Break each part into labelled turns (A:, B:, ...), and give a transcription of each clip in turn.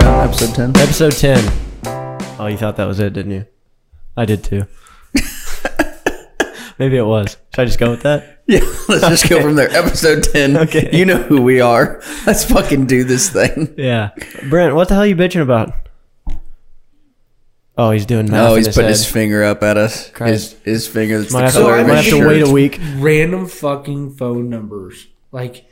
A: 10.
B: Episode 10. Oh, you thought that was it, didn't you? I did too. Maybe it was. Should I just go with that?
A: Yeah, let's just go from there. Episode 10.
B: Okay.
A: You know who we are. Let's fucking do this thing.
B: Yeah. Brent, what the hell are you bitching about? Oh, he's doing math.
A: Oh,
B: in
A: he's putting his
B: head.
A: finger up at us.
B: Christ.
A: His his finger. That's
B: Might
A: the
B: have,
A: color
B: to,
A: of
B: might
A: his
B: have to
A: shirt.
B: wait a week.
C: Random fucking phone numbers. Like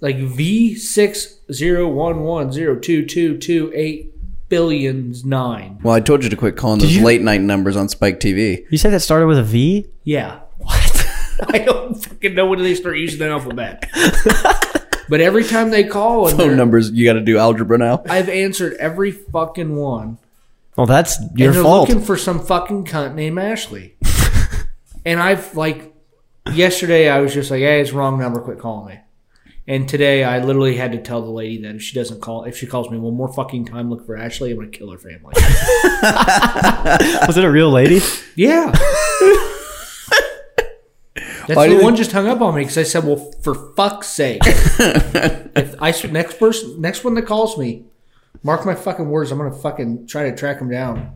C: like V six zero one one zero two two two eight billions nine.
A: Well, I told you to quit calling those
B: you-
A: late night numbers on Spike TV.
B: You said that started with a V?
C: Yeah. What? I don't fucking know when they start using that alphabet. but every time they call and
A: Phone
C: they're-
A: numbers. You got to do algebra now.
C: I've answered every fucking one.
B: Well, that's your
C: and they're
B: fault.
C: looking for some fucking cunt named Ashley. and I've like yesterday I was just like, hey, it's wrong number, quit calling me. And today I literally had to tell the lady that if she doesn't call if she calls me one more fucking time look for Ashley, I'm gonna kill her family.
B: was it a real lady?
C: yeah. That's
A: Why do
C: the
A: they-
C: one just hung up on me because I said, "Well, for fuck's sake!" if I s- next person, next one that calls me, mark my fucking words, I'm gonna fucking try to track them down.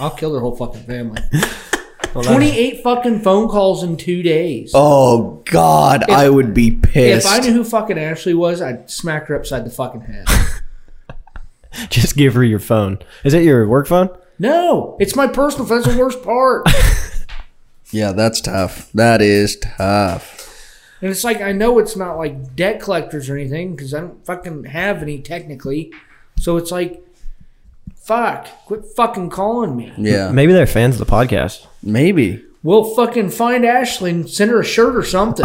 C: I'll kill their whole fucking family.
B: Well, that-
C: 28 fucking phone calls in two days.
A: Oh God, I would be pissed.
C: if I knew who fucking Ashley was, I'd smack her upside the fucking head.
B: Just give her your phone. Is it your work phone?
C: no, it's my personal phone. That's the worst part.
A: yeah, that's tough. That is tough.
C: And it's like, I know it's not like debt collectors or anything because I don't fucking have any technically. So it's like, fuck, quit fucking calling me.
A: Yeah,
B: Maybe they're fans of the podcast.
A: maybe.
C: We'll fucking find Ashley and send her a shirt or something.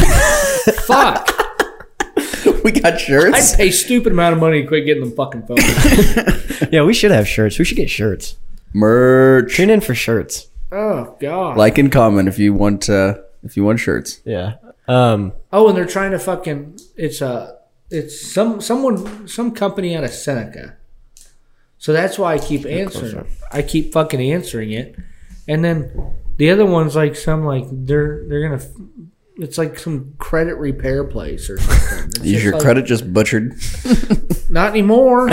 C: fuck.
A: we got shirts.
C: I'd pay stupid amount of money to quit getting them fucking phone.
B: Yeah, we should have shirts. We should get shirts.
A: Merch.
B: Tune in for shirts.
C: oh, God.
A: Like and comment if you want. Uh, if you want shirts.
B: Yeah. Um,
C: Oh, and they're trying to fucking it's uh, it's some someone some company out of Seneca. So that's why I keep answering. I keep fucking answering it, and then the other one's like some like they're they're gonna. f- It's like some credit repair place or something. It's
A: Is
C: just
A: your
C: like,
A: credit just butchered?
C: Not anymore.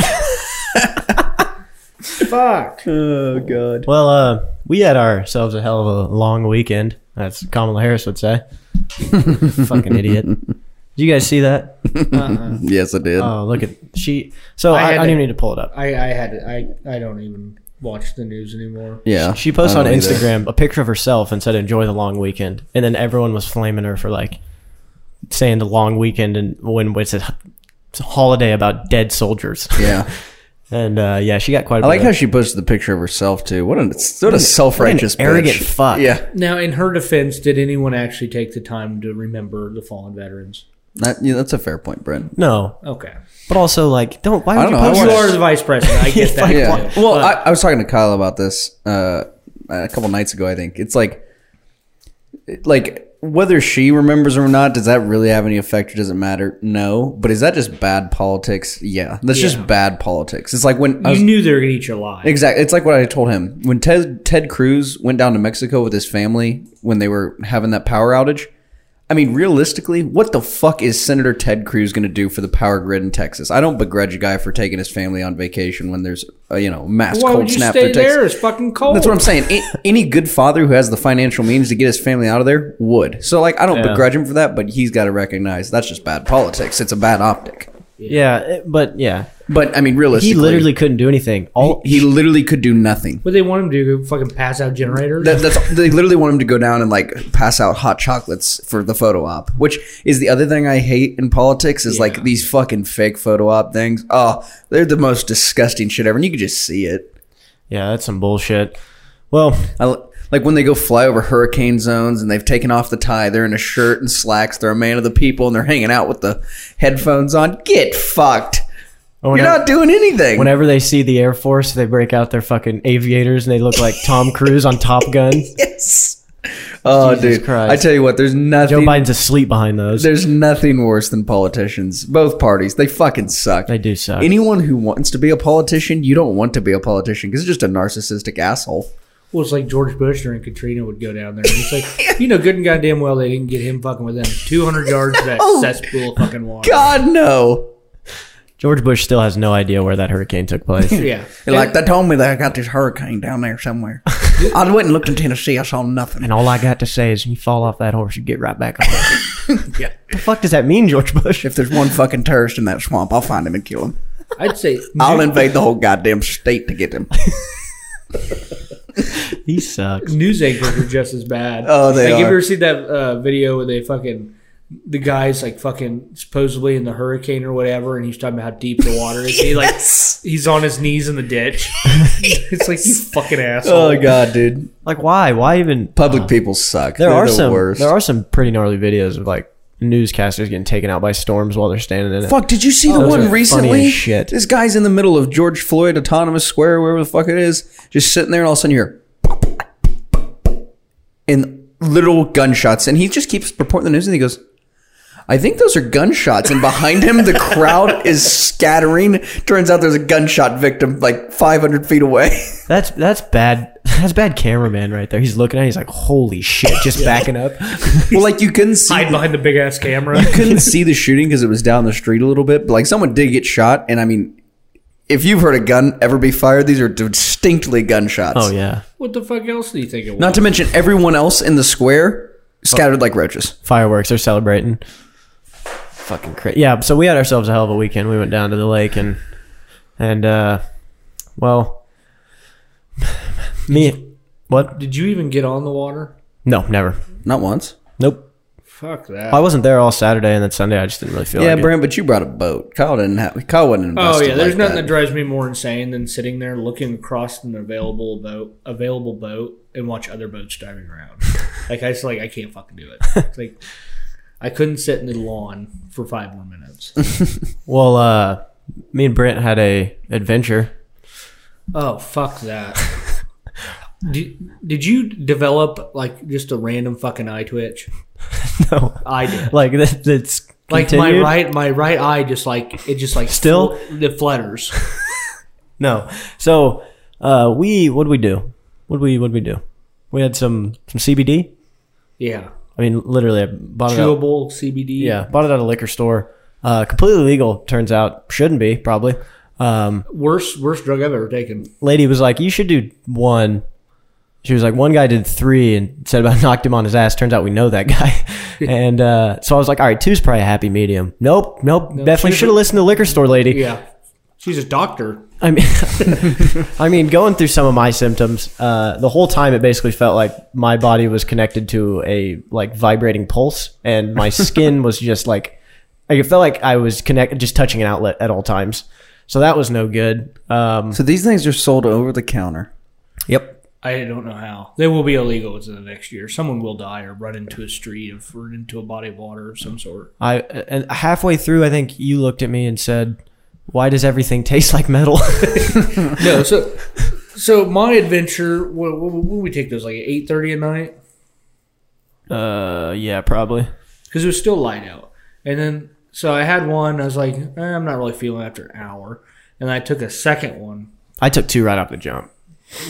C: Fuck.
A: Oh God.
B: well, uh, we had ourselves a hell of a long weekend. That's Kamala Harris would say. Fucking idiot. Did you guys see that?
C: Uh-uh.
A: Yes, I did.
B: Oh, look at she. So
C: I
B: I, I,
C: had
B: don't
C: to-
B: even need to pull it up.
C: I I had to- I I don't even watch the news anymore.
A: yeah.
B: She posted
A: I
B: on
A: don't either.
B: Instagram a picture of herself and said, "Enjoy the long weekend," and then everyone was flaming her for like saying the long weekend and when it's a, it's a holiday about dead soldiers.
A: Yeah.
B: And uh, yeah, she got quite.
A: I
B: a bit
A: like
B: of-
A: how she posted the picture of herself too. What a what a self righteous,
B: arrogant fuck.
A: Yeah,
C: Now, in her defense, did anyone actually take the time to remember the fallen veterans?
A: That- yeah, that's a fair point, Brent.
B: No,
C: Okay.
B: but also like, don't. Why
A: I
B: would
A: don't
B: you
A: know, I
B: post
A: watched-
C: You
A: Yes.
C: are the vice president. I get that.
A: Yeah.
C: too.
A: Well, I, I was talking to Kyle about this uh, a couple nights ago. I think it's like, like whether she remembers or not, does that really have any effect? Or does it matter? No. But is that just bad politics? Yeah, that's
C: Yeah.
A: just bad politics. It's like when I was
C: you knew they were going to eat you alive.
A: Exactly. It's like what I told him when Ted Ted Cruz went down to Mexico with his family when they were having that power outage. I mean, realistically, what the fuck is Senator Ted Cruz going to do for the power grid in Texas? I don't begrudge a guy for taking his family on vacation when there's a, you know mass
C: Why
A: cold
C: would you
A: snap
C: stay
A: through Texas.
C: there? It's fucking cold.
A: That's what I'm saying. A- Any good father who has the financial means to get his family out of there would. So, like, I don't
B: Yeah.
A: begrudge him for that, but he's got to recognize that's just bad politics. It's a bad optic.
B: Yeah, it- but yeah,
A: But I mean,
B: he
A: realistically,
B: literally couldn't do anything. All
A: he literally could do nothing.
C: What they want him to do? Fucking pass out generators?
A: That, that's they literally want him to go down and like pass out hot chocolates for the photo op, which is the other thing I hate in politics is like these fucking fake photo op things. Oh, they're the most disgusting shit ever, and you can just see it.
B: yeah, that's some bullshit. Well,
A: I, l- like when they go fly over hurricane zones and they've taken off the tie, they're in a shirt and slacks, they're a man of the people, and they're hanging out with the headphones on. Get fucked.
B: whenever,
A: You're not doing anything.
B: whenever they see the Air Force, they break out their fucking aviators and they look like Tom Cruise on Top Gun.
A: yes. Oh,
B: Jesus
A: dude!
B: Christ.
A: I tell you what, there's
B: Joe
A: nothing.
B: Biden's asleep behind those.
A: There's nothing worse than politicians. Both parties, they fucking suck.
B: They do suck.
A: Anyone who wants to be a politician, you don't want to be a politician because it's just a narcissistic asshole.
C: well, it's like George Bush during Katrina would go down there. And it's like, you know, good and goddamn well they
A: Oh,
C: didn't get him fucking within 200 yards of that cesspool of fucking water.
A: God no.
B: George Bush still has no idea where that hurricane took place.
C: Yeah.
D: They're like they told me that I got this hurricane down there somewhere. I went and looked in Tennessee. I saw nothing.
B: And all I got to say is, you fall off that horse, you get right back on. it.
D: Yeah.
B: the fuck does that mean, George Bush?
D: If there's one fucking terrorist in that swamp, I'll find him and kill him.
C: I'd say
D: I'll invade the whole goddamn state to get him.
B: He sucks.
C: news anchors are just as bad.
D: Oh, they
C: like, Have you
D: are.
C: ever seen that uh, video where they fucking the guy's like fucking supposedly in the hurricane or whatever, and he's talking about how deep the water is. He like he's on his knees in the ditch. It's like you fucking asshole.
A: Oh god, dude.
B: Like, why? Why even?
A: Public people suck.
B: There
A: They're
B: are
A: the
B: some.
A: worst.
B: There are some pretty gnarly videos of like newscasters getting taken out by storms while they're standing in it.
A: Fuck, did you see the
B: Oh, Those are
A: one
B: funny
A: recently?
B: as shit.
A: This guy's in the middle of George Floyd Autonomous Square, wherever the fuck it is, just sitting there, and all of a sudden you hear and literal gunshots, and he just keeps reporting the news, and he goes, "I think those are gunshots." And behind him, the crowd is scattering. Turns out there's a gunshot victim like 500 feet away.
B: That's that's bad. That's bad cameraman right there. He's looking at. it, He's like, holy shit, just backing up.
A: well, like you couldn't see
C: Hide behind the big ass camera.
A: couldn't see the shooting because it was down the street a little bit. But like someone did get shot, and I mean, if you've heard a gun ever be fired, these are distinctly gunshots.
B: Oh yeah,
C: what the fuck else do you think it was?
A: Not to mention everyone else in the square scattered like roaches.
B: fireworks. They're celebrating. Fucking crazy. Yeah. So we had ourselves a hell of a weekend. We went down to the lake and and uh, well, me. What?
C: Did you even get on the water?
B: No, never.
A: Not once.
B: Nope.
C: Fuck that.
B: I wasn't there all Saturday and then Sunday. I just didn't really feel.
A: yeah,
B: like it.
A: Brent, but you brought a boat. Kyle didn't have. Kyle wasn't
C: Oh
A: invested.
C: yeah, there's
A: like
C: nothing that.
A: that.
C: drives me more insane than sitting there looking across an available boat, available boat, and watch other boats driving around. like I just like I can't fucking do it. It's like I couldn't sit in the lawn for five more minutes.
B: Well, uh, me and Brent had a adventure.
C: oh fuck that. Did, did you develop like just a random fucking eye twitch?
B: no,
C: I did.
B: like that, that's
C: Like
B: continued?
C: my right, my right eye just like it just like
B: Still?
C: fl- it flutters.
B: No. So uh, we what would we do? What we what would we do? We had some some CBD.
C: Yeah,
B: I mean, literally, I bought it. Out,
C: chewable CBD.
B: yeah, bought it at a liquor store. Uh, completely legal. Turns out shouldn't be probably. Um,
C: worst worst drug I've ever taken.
B: lady was like, "You should do one." She was like, "One guy did three and said about knocked him on his ass." Turns out we know that guy, and uh, so I was like, "All right, two's probably a happy medium." Nope, nope, definitely
C: she's
B: should have listened to the liquor store lady.
C: Yeah, she's a doctor.
B: I mean, I mean, going through some of my symptoms, uh, the whole time it basically felt like my body was connected to a like vibrating pulse, and my skin was just like, like it felt like I was connected, just touching an outlet at all times. So that was no good. Um,
A: So these things are sold over the counter.
B: yep.
C: I don't know how. They will be illegal within the next year. Someone will die or run into a street or run into a body of water of some sort.
B: I and halfway through, I think you looked at me and said, "Why does everything taste like metal?"
C: No, so so my adventure. When, when we take those, like eight thirty at night,
B: uh, yeah, probably.
C: because it was still light out. And then so I had one. I was like, eh, I'm not really feeling it after an hour. And I took a second one.
B: I took two right off the jump.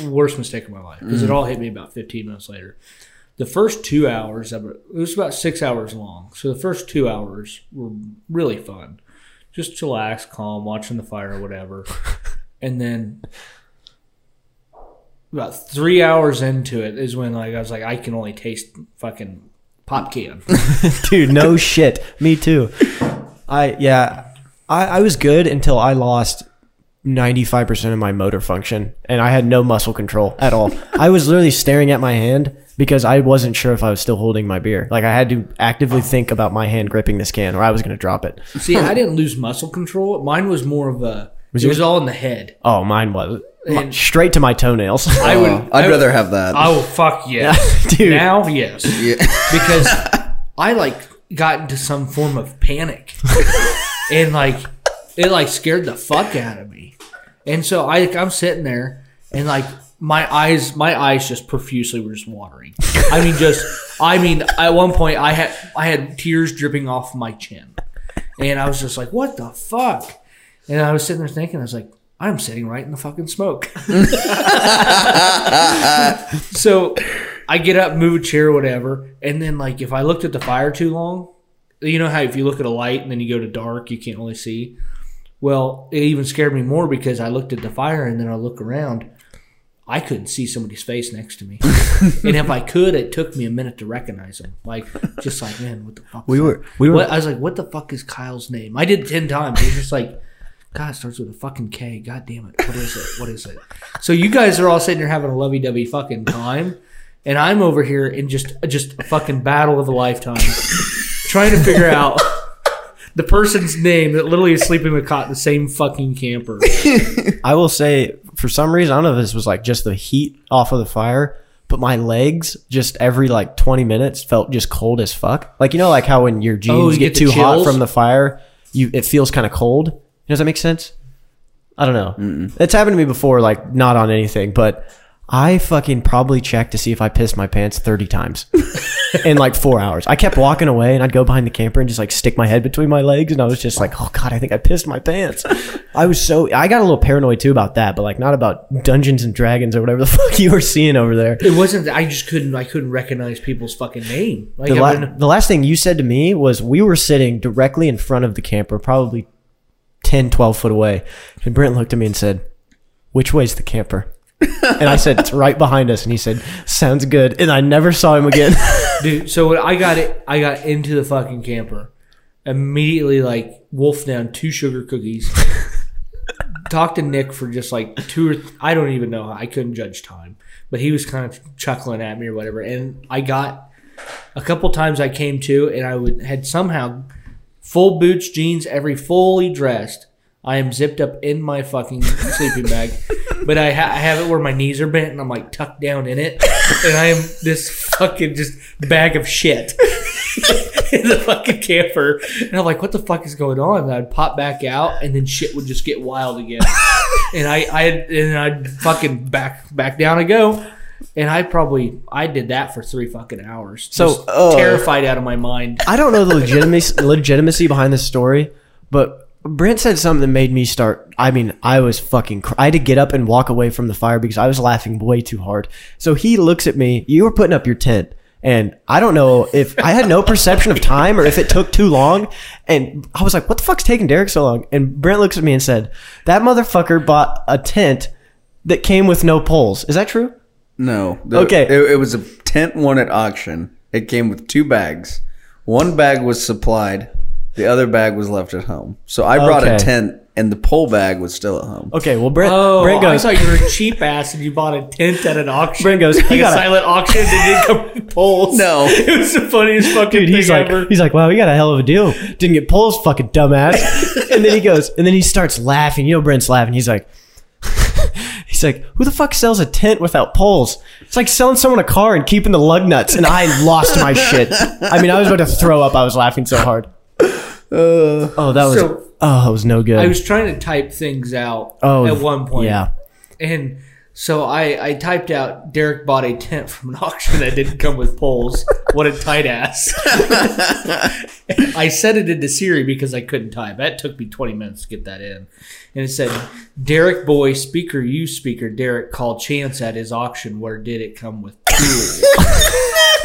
C: Worst mistake of my life because it all hit me about 15 minutes later. The first two hours, of it it was about six hours long. So the first two hours were really fun. Just chillax, calm, watching the fire or whatever. and then about three hours into it is when like I was like, I can only taste fucking pop can.
B: dude no shit me too i yeah I, I was good until i lost 95% of my motor function and i had no muscle control at all i was literally staring at my hand because i wasn't sure if i was still holding my beer like i had to actively think about my hand gripping this can or i was going to drop it
C: See, I didn't lose muscle control. Mine was more of a. it was all in the head.
B: oh mine was my-
C: And-
B: straight to my toenails
C: I would.
A: I'd rather have that.
C: Oh fuck yes,
B: Dude.
C: Now yes, because I like got into some form of panic, and like it like scared the fuck out of me, and so I I'm sitting there and like my eyes my eyes just profusely were just watering. I mean just I mean at one point I had I had tears dripping off my chin, and I was just like what the fuck, and I was sitting there thinking I was like. I'm sitting right in the fucking smoke. So I get up, move a chair, whatever, and then like if I looked at the fire too long, you know how if you look at a light and then you go to dark, you can't really see. Well, it even scared me more because I looked at the fire and then I look around. I couldn't see somebody's face next to me, and if I could, it took me a minute to recognize them. Like, just like, man, what the fuck?
B: We
C: is
B: were-
C: that?
B: we were-
C: What, I was like, what the fuck is Kyle's name? I did it ten times. It was just like, God, it starts with a fucking K. God damn it, what is it? What is it? So you guys are all sitting there having a lovey-dovey fucking time, and I'm over here in just just a fucking battle of a lifetime, trying to figure out the person's name that literally is sleeping with cot in the same fucking camper.
B: I will say, for some reason, I don't know if this was like just the heat off of the fire, but my legs just every like 20 minutes felt just cold as fuck. Like, you know, like how when your jeans
C: Oh, you
B: get,
C: get
B: too
C: the
B: hot
C: chills?
B: from the fire, you it feels kind of cold. Does that make sense? I don't know. It's happened to me before, like not on anything, but I fucking probably checked to see if I pissed my pants 30 times in like four hours. I kept walking away and I'd go behind the camper and just like stick my head between my legs. And I was just like, oh God, I think I pissed my pants. I was so, I got a little paranoid too about that, but like not about Dungeons and Dragons or whatever the fuck you were seeing over there.
C: It wasn't. that- I just couldn't. I couldn't recognize people's fucking name. Like,
B: The,
C: I
B: la-
C: wouldn't-
B: the last thing you said to me was we were sitting directly in front of the camper, probably 10, 12 foot away. And Brent looked at me and said, Which way's the camper? and I said, It's right behind us. And he said, Sounds good. And I never saw him again.
C: dude. So when I got it. I got into the fucking camper immediately. Like wolfed down two sugar cookies. Talked to Nick for just like two or th- I don't even know. I couldn't judge time, but he was kind of chuckling at me or whatever. And I got a couple times I came to, and I would had somehow full boots, jeans, every fully dressed. I am zipped up in my fucking sleeping bag, but I, ha- I have it where my knees are bent and I'm like tucked down in it, and I am this fucking just bag of shit in the fucking camper, and I'm like, what the fuck is going on? And I'd pop back out, and then shit would just get wild again, and I I and I'd fucking back back down and go. And I probably I did that for three fucking hours.
B: So,
C: Just
B: uh,
C: terrified out of my mind.
B: I don't know the legitimacy legitimacy behind this story, but Brent said something that made me start. I mean, I was fucking. Cr- I had to get up and walk away from the fire because I was laughing way too hard. So he looks at me. You were putting up your tent, and I don't know if I had no perception of time or if it took too long. And I was like, "What the fuck's taking Derek so long?" And Brent looks at me and said, "That motherfucker bought a tent that came with no poles. Is that true?"
A: No. the-
B: Okay.
A: It, it was a tent one at auction. It came with two bags. One bag was supplied. The other bag was left at home. So I brought a
B: Okay.
A: tent, and the pole bag was still at home.
B: Okay. Well, Brent.
C: Oh,
B: Brent goes.
C: I thought you were a cheap ass and you bought a tent at an auction.
B: Brent goes,
C: like
B: "You
C: a
B: gotta-
C: silent auction that didn't come with poles.
A: No.
C: it was the funniest fucking
B: dude,
C: thing
B: he's like,
C: ever.
B: he's like, wow, we got a hell of a deal. Didn't get poles, fucking dumbass. and then he goes, and then he starts laughing. You know, Brent's laughing. He's like, he's like, who the fuck sells a tent without poles? It's like selling someone a car and keeping the lug nuts. And I lost my shit. I mean, I was about to throw up. I was laughing so hard. oh, that was,
C: Uh, so-
B: oh, that was no good.
C: I was trying to type things out
B: oh,
C: at one point.
B: yeah.
C: And so I, I typed out Derek bought a tent from an auction that didn't come with poles. What a tight ass. I set it into Siri because I couldn't type. That took me 20 minutes to get that in. And it said, Derek boy, speaker, you speaker, Derek called Chance at his auction. Where did it come with poles?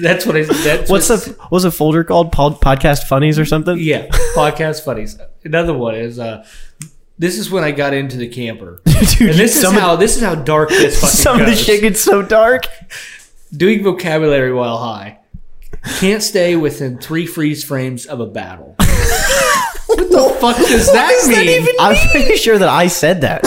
C: that's what I. That's
B: What's
C: what-
B: the what's a folder called? Pod, podcast funnies or something?
C: yeah, podcast funnies. Another one is uh, this is when I got into the camper,
B: Dude,
C: and this is
B: some of-
C: how this is how dark this fucking
B: Some of
C: goes.
B: the shit gets so dark.
C: Doing vocabulary while high. Can't stay within three freeze frames of a battle. what the fuck does that mean?
B: I'm pretty sure that I said that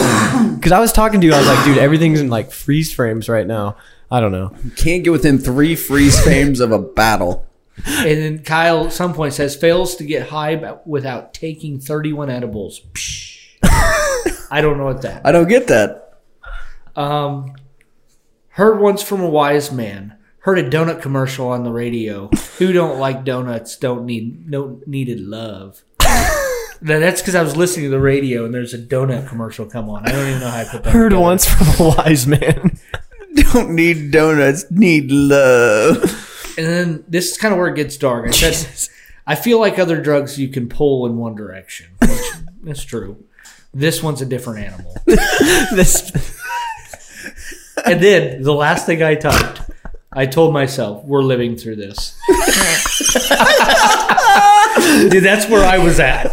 B: because I was talking to you. I was like, dude, everything's in like freeze frames right now. I don't know.
A: You can't get within three freeze frames of a battle.
C: and then Kyle, at some point, says fails to get high b- without taking thirty-one edibles. Psh. I don't know what that.
A: I don't get that.
C: Um, heard once from a wise man. Heard a donut commercial on the radio. Who don't like donuts? Don't need no needed love. now, that's because I was listening to the radio and there's a donut commercial come on. I don't even know how I put that.
B: Heard
C: together.
B: once from a wise man.
A: Don't need donuts, need love.
C: and then this is kind of where it gets dark. I said, I feel like other drugs you can pull in one direction, which is true. This one's a different animal.
B: this
C: And then the last thing I typed, I told myself, we're living through this. Dude, that's where I was at.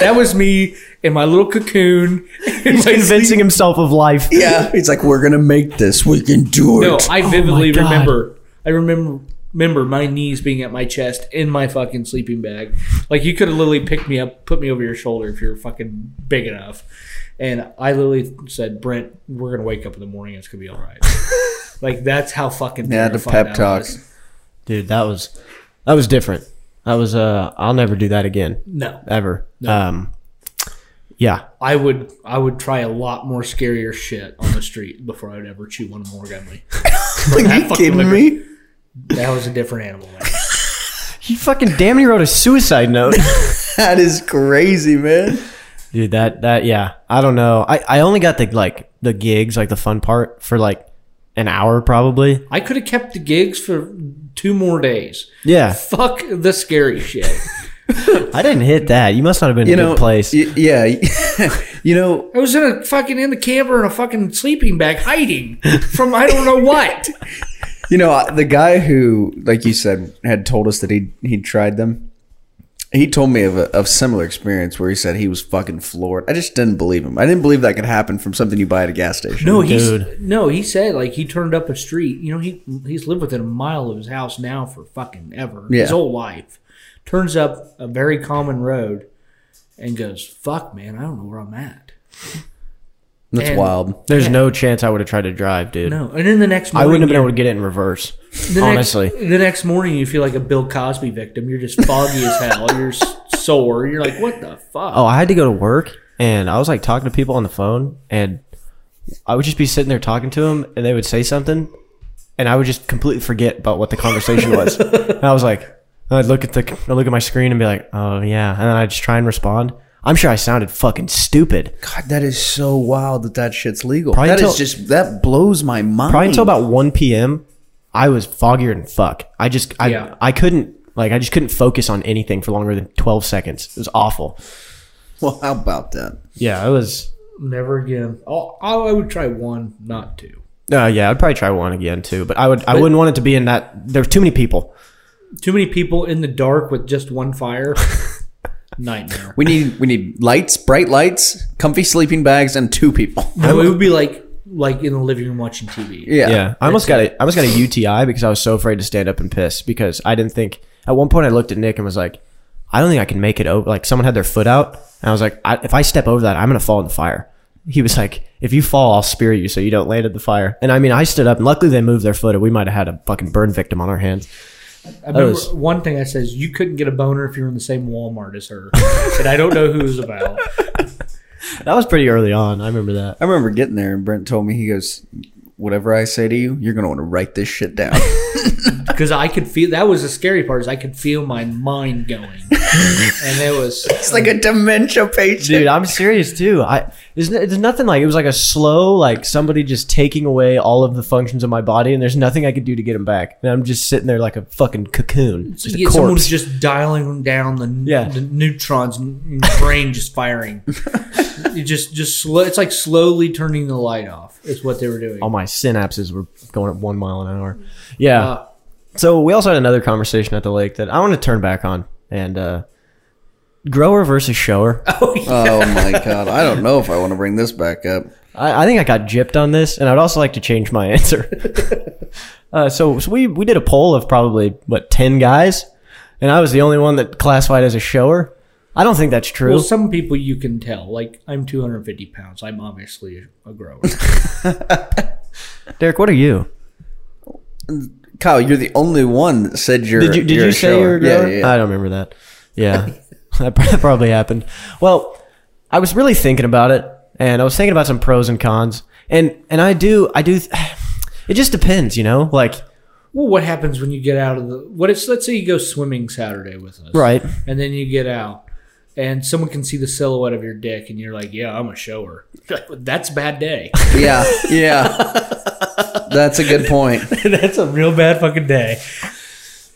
C: that was me in my little cocoon. in
B: He's
C: my
B: convincing himself of life.
A: Yeah, he's like, we're gonna make this. We can do it.
C: No, I vividly
B: Oh God.
C: remember. I remember remember my knees being at my chest in my fucking sleeping bag. Like you could have literally picked me up, put me over your shoulder if you're fucking big enough. And I literally said, Brent, we're gonna wake up in the morning. It's gonna be all right. like that's how fucking
A: yeah, the
C: terrified I
A: pep talk.
C: was.
B: Dude, that was that was different. That was uh I'll never do that again.
C: No,
B: Ever. Um Yeah.
C: I would I would try a lot more scarier shit on the street before I would ever chew one of them origami.
A: Are you kidding me?
C: That was a different animal. man.
B: He fucking damn near wrote a suicide note.
A: That is crazy, man.
B: Dude, that that yeah. I don't know. I, I only got the like the gigs, like the fun part for like an hour probably.
C: I could have kept the gigs for two more days.
B: Yeah.
C: Fuck the scary shit.
B: I didn't hit that. You must not have been
A: You
B: in a
A: know,
B: good place.
A: y- yeah, you know,
C: I was in a fucking in the camper in a fucking sleeping bag hiding from I don't know what.
A: you know I- the guy who, like you said, had told us that he he tried them. He told me of a of similar experience where he said he was fucking floored. I just didn't believe him. I didn't believe that could happen from something you buy at a gas station.
C: No, he's
B: Dude.
C: no, he said like he turned up a street. You know, he he's lived within a mile of his house now for fucking ever.
A: Yeah.
C: His whole life. Turns up a very common road and goes, Fuck man, I don't know where I'm at.
A: that's
C: and-
A: wild.
B: There's no chance I would have tried to drive, dude.
C: No. And then the next
B: I
C: morning
B: wouldn't have been
C: you're-
B: able to get it in reverse.
C: The
B: honestly.
C: next, the next morning you feel like a Bill Cosby victim. You're just foggy as hell. You're s- sore. You're like, what the fuck?
B: Oh, I had to go to work, and I was like talking to people on the phone, and I would just be sitting there talking to them, and they would say something, and I would just completely forget about what the conversation was. And I was like, I'd look at the, I'd look at my screen and be like, oh yeah, and then I'd just try and respond. I'm sure I sounded fucking stupid.
A: God, that is so wild that that shit's legal. That
B: Probably
A: is
B: until-
A: just that blows my mind.
B: Probably until about 1 p.m. I was foggier than fuck. I just, I,
C: Yeah.
B: I couldn't. Like I just couldn't focus on anything for longer than twelve seconds. It was awful.
A: well, how about that?
B: Yeah, it was.
C: Never again. Oh, I I would try one, not two.
B: Uh, yeah, I'd probably try one again too, but I would I wouldn't want it to be in that. There's too many people.
C: Too many people in the dark with just one fire. Nightmare.
A: We need we need lights, bright lights, comfy sleeping bags, and two people.
C: No, it would be like like in the living room watching TV.
A: Yeah.
B: I almost got a I almost got a UTI because I was so afraid to stand up and piss because I didn't think at one point I looked at Nick and was like, I don't think I can make it over. Like someone had their foot out and I was like, I, if I step over that, I'm gonna fall in the fire. He was like, if you fall, I'll spear you so you don't land at the fire. And I mean, I stood up and luckily they moved their foot or we might have had a fucking burn victim on our hands.
C: I remember
B: was-
C: one thing I says you couldn't get a boner if you were in the same Walmart as her, and I don't know who it was about.
B: That was pretty early on. I remember that.
A: I remember getting there, and Brent told me he goes, "Whatever I say to you, you're gonna want to write this shit down."
C: because I could feel that was the scary part is I could feel my mind going, and it was
A: it's like a dementia patient.
B: dude i'm serious too i there's, no- there's nothing like it was like a slow like somebody just taking away all of the functions of my body and there's nothing i could do to get them back and i'm just sitting there like a fucking cocoon just a
C: yeah, someone's
B: corpse
C: just dialing down the,
B: Yeah.
C: the neutrons and and brain just firing. you just just slow, it's like slowly turning the light off is what they were doing.
B: all my synapses were going at one mile an hour yeah
C: Uh,
B: so we also had another conversation at the lake that i want to turn back on and uh grower versus shower
A: oh my god, I don't know if I want to bring this back up.
B: I, I think I got gypped on this, and I'd also like to change my answer. uh, so, so we we did a poll of probably what ten guys, and I was the only one that classified as a shower. I don't think that's true.
C: well, some people you can tell. Like I'm 250 pounds. I'm obviously a grower.
B: Derek, what are you?
A: Kyle, you're the only one that said you're.
B: Did you did
A: you're
B: you Uh,
A: a
B: say
A: shower.
B: you're a
A: Yeah,
B: grower?
A: yeah, yeah.
B: I don't remember that. Yeah, that prob- probably happened. Well, I was really thinking about it, and I was thinking about some pros and cons, and and I do I do. It just depends, you know, like
C: well, what happens when you get out of the? What if let's say you go swimming Saturday with us,
B: right.
C: and then you get out and someone can see the silhouette of your dick and you're like yeah i'm a shower that's a bad day
A: yeah, yeah. That's a good point.
C: that's a real bad fucking day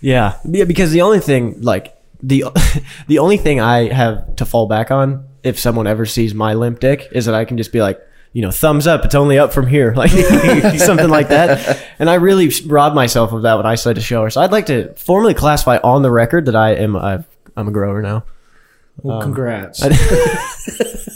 B: Yeah, yeah. Because the only thing, like the the only thing I have to fall back on if someone ever sees my limp dick is that I can just be like, you know, thumbs up. It's only up from here, like something like that. And I really robbed myself of that when I said to show her. So I'd like to formally classify on the record that I am a, I'm a grower now.
C: Well, congrats.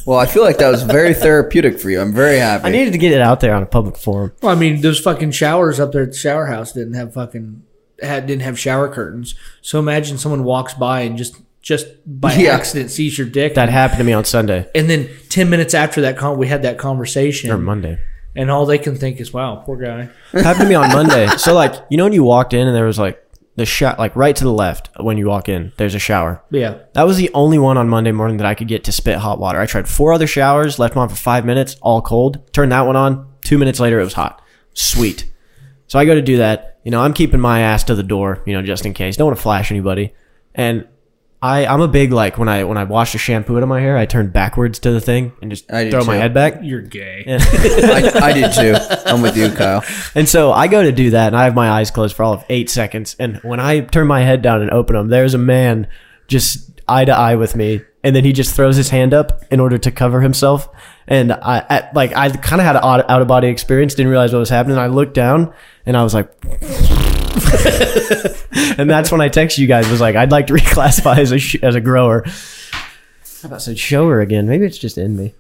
A: Well, I feel like that was very therapeutic for you. I'm very happy.
B: I needed to get it out there on a public forum.
C: Well, I mean, those fucking showers up there at the shower house didn't have fucking had didn't have shower curtains. So imagine someone walks by and just just by
A: Yeah.
C: accident sees your dick.
B: That happened to me on Sunday
C: and then ten minutes after that con we had that
B: or
C: conversation,
B: Monday.
C: and all they can think is, "Wow, poor guy."
B: happened to me on Monday. So like, you know when you walked in and there was like the shot like right to the left when you walk in, there's a shower.
C: Yeah,
B: That was the only one on Monday morning that I could get to spit hot water. I tried four other showers, left them on for five minutes, all cold. Turned that one on. Two minutes later, it was hot. Sweet. So I go to do that. You know, I'm keeping my ass to the door, you know, just in case. Don't want to flash anybody. And I, I'm a big like when I when I wash the shampoo out of my hair, I turn backwards to the thing and just
A: I do
B: throw my
A: too.
B: head back.
C: you're gay.
A: I, I did too. I'm with you, Kyle.
B: And so I go to do that, and I have my eyes closed for all of eight seconds. And when I turn my head down and open them, there's a man just eye to eye with me, and then he just throws his hand up in order to cover himself. And I, at, like, I kind of had an out of body experience, didn't realize what was happening. I looked down, and I was like, and that's when I texted you guys was like, I'd like to reclassify as a sh- as a grower. I about said shower again. Maybe it's just in me.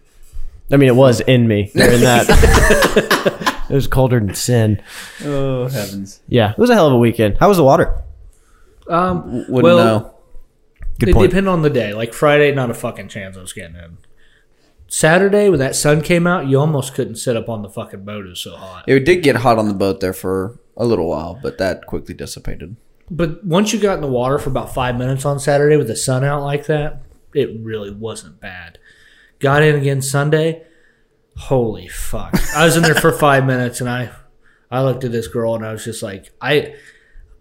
B: I mean, it was in me during that. it was colder than sin.
A: Oh heavens!
B: Yeah, it was a hell of a weekend. How was the water?
C: Um,
A: Wouldn't
C: well,
A: know.
B: Good
C: it
B: point.
C: depend on the day. Like Friday, not a fucking chance I was getting in. Saturday, when that sun came out, you almost couldn't sit up on the fucking boat. It was so hot.
A: It did get hot on the boat there for a little while, but that quickly dissipated.
C: But once you got in the water for about five minutes on Saturday with the sun out like that, it really wasn't bad. Got in again Sunday. Holy fuck! I was in there for five minutes, and I, I looked at this girl, and I was just like, I,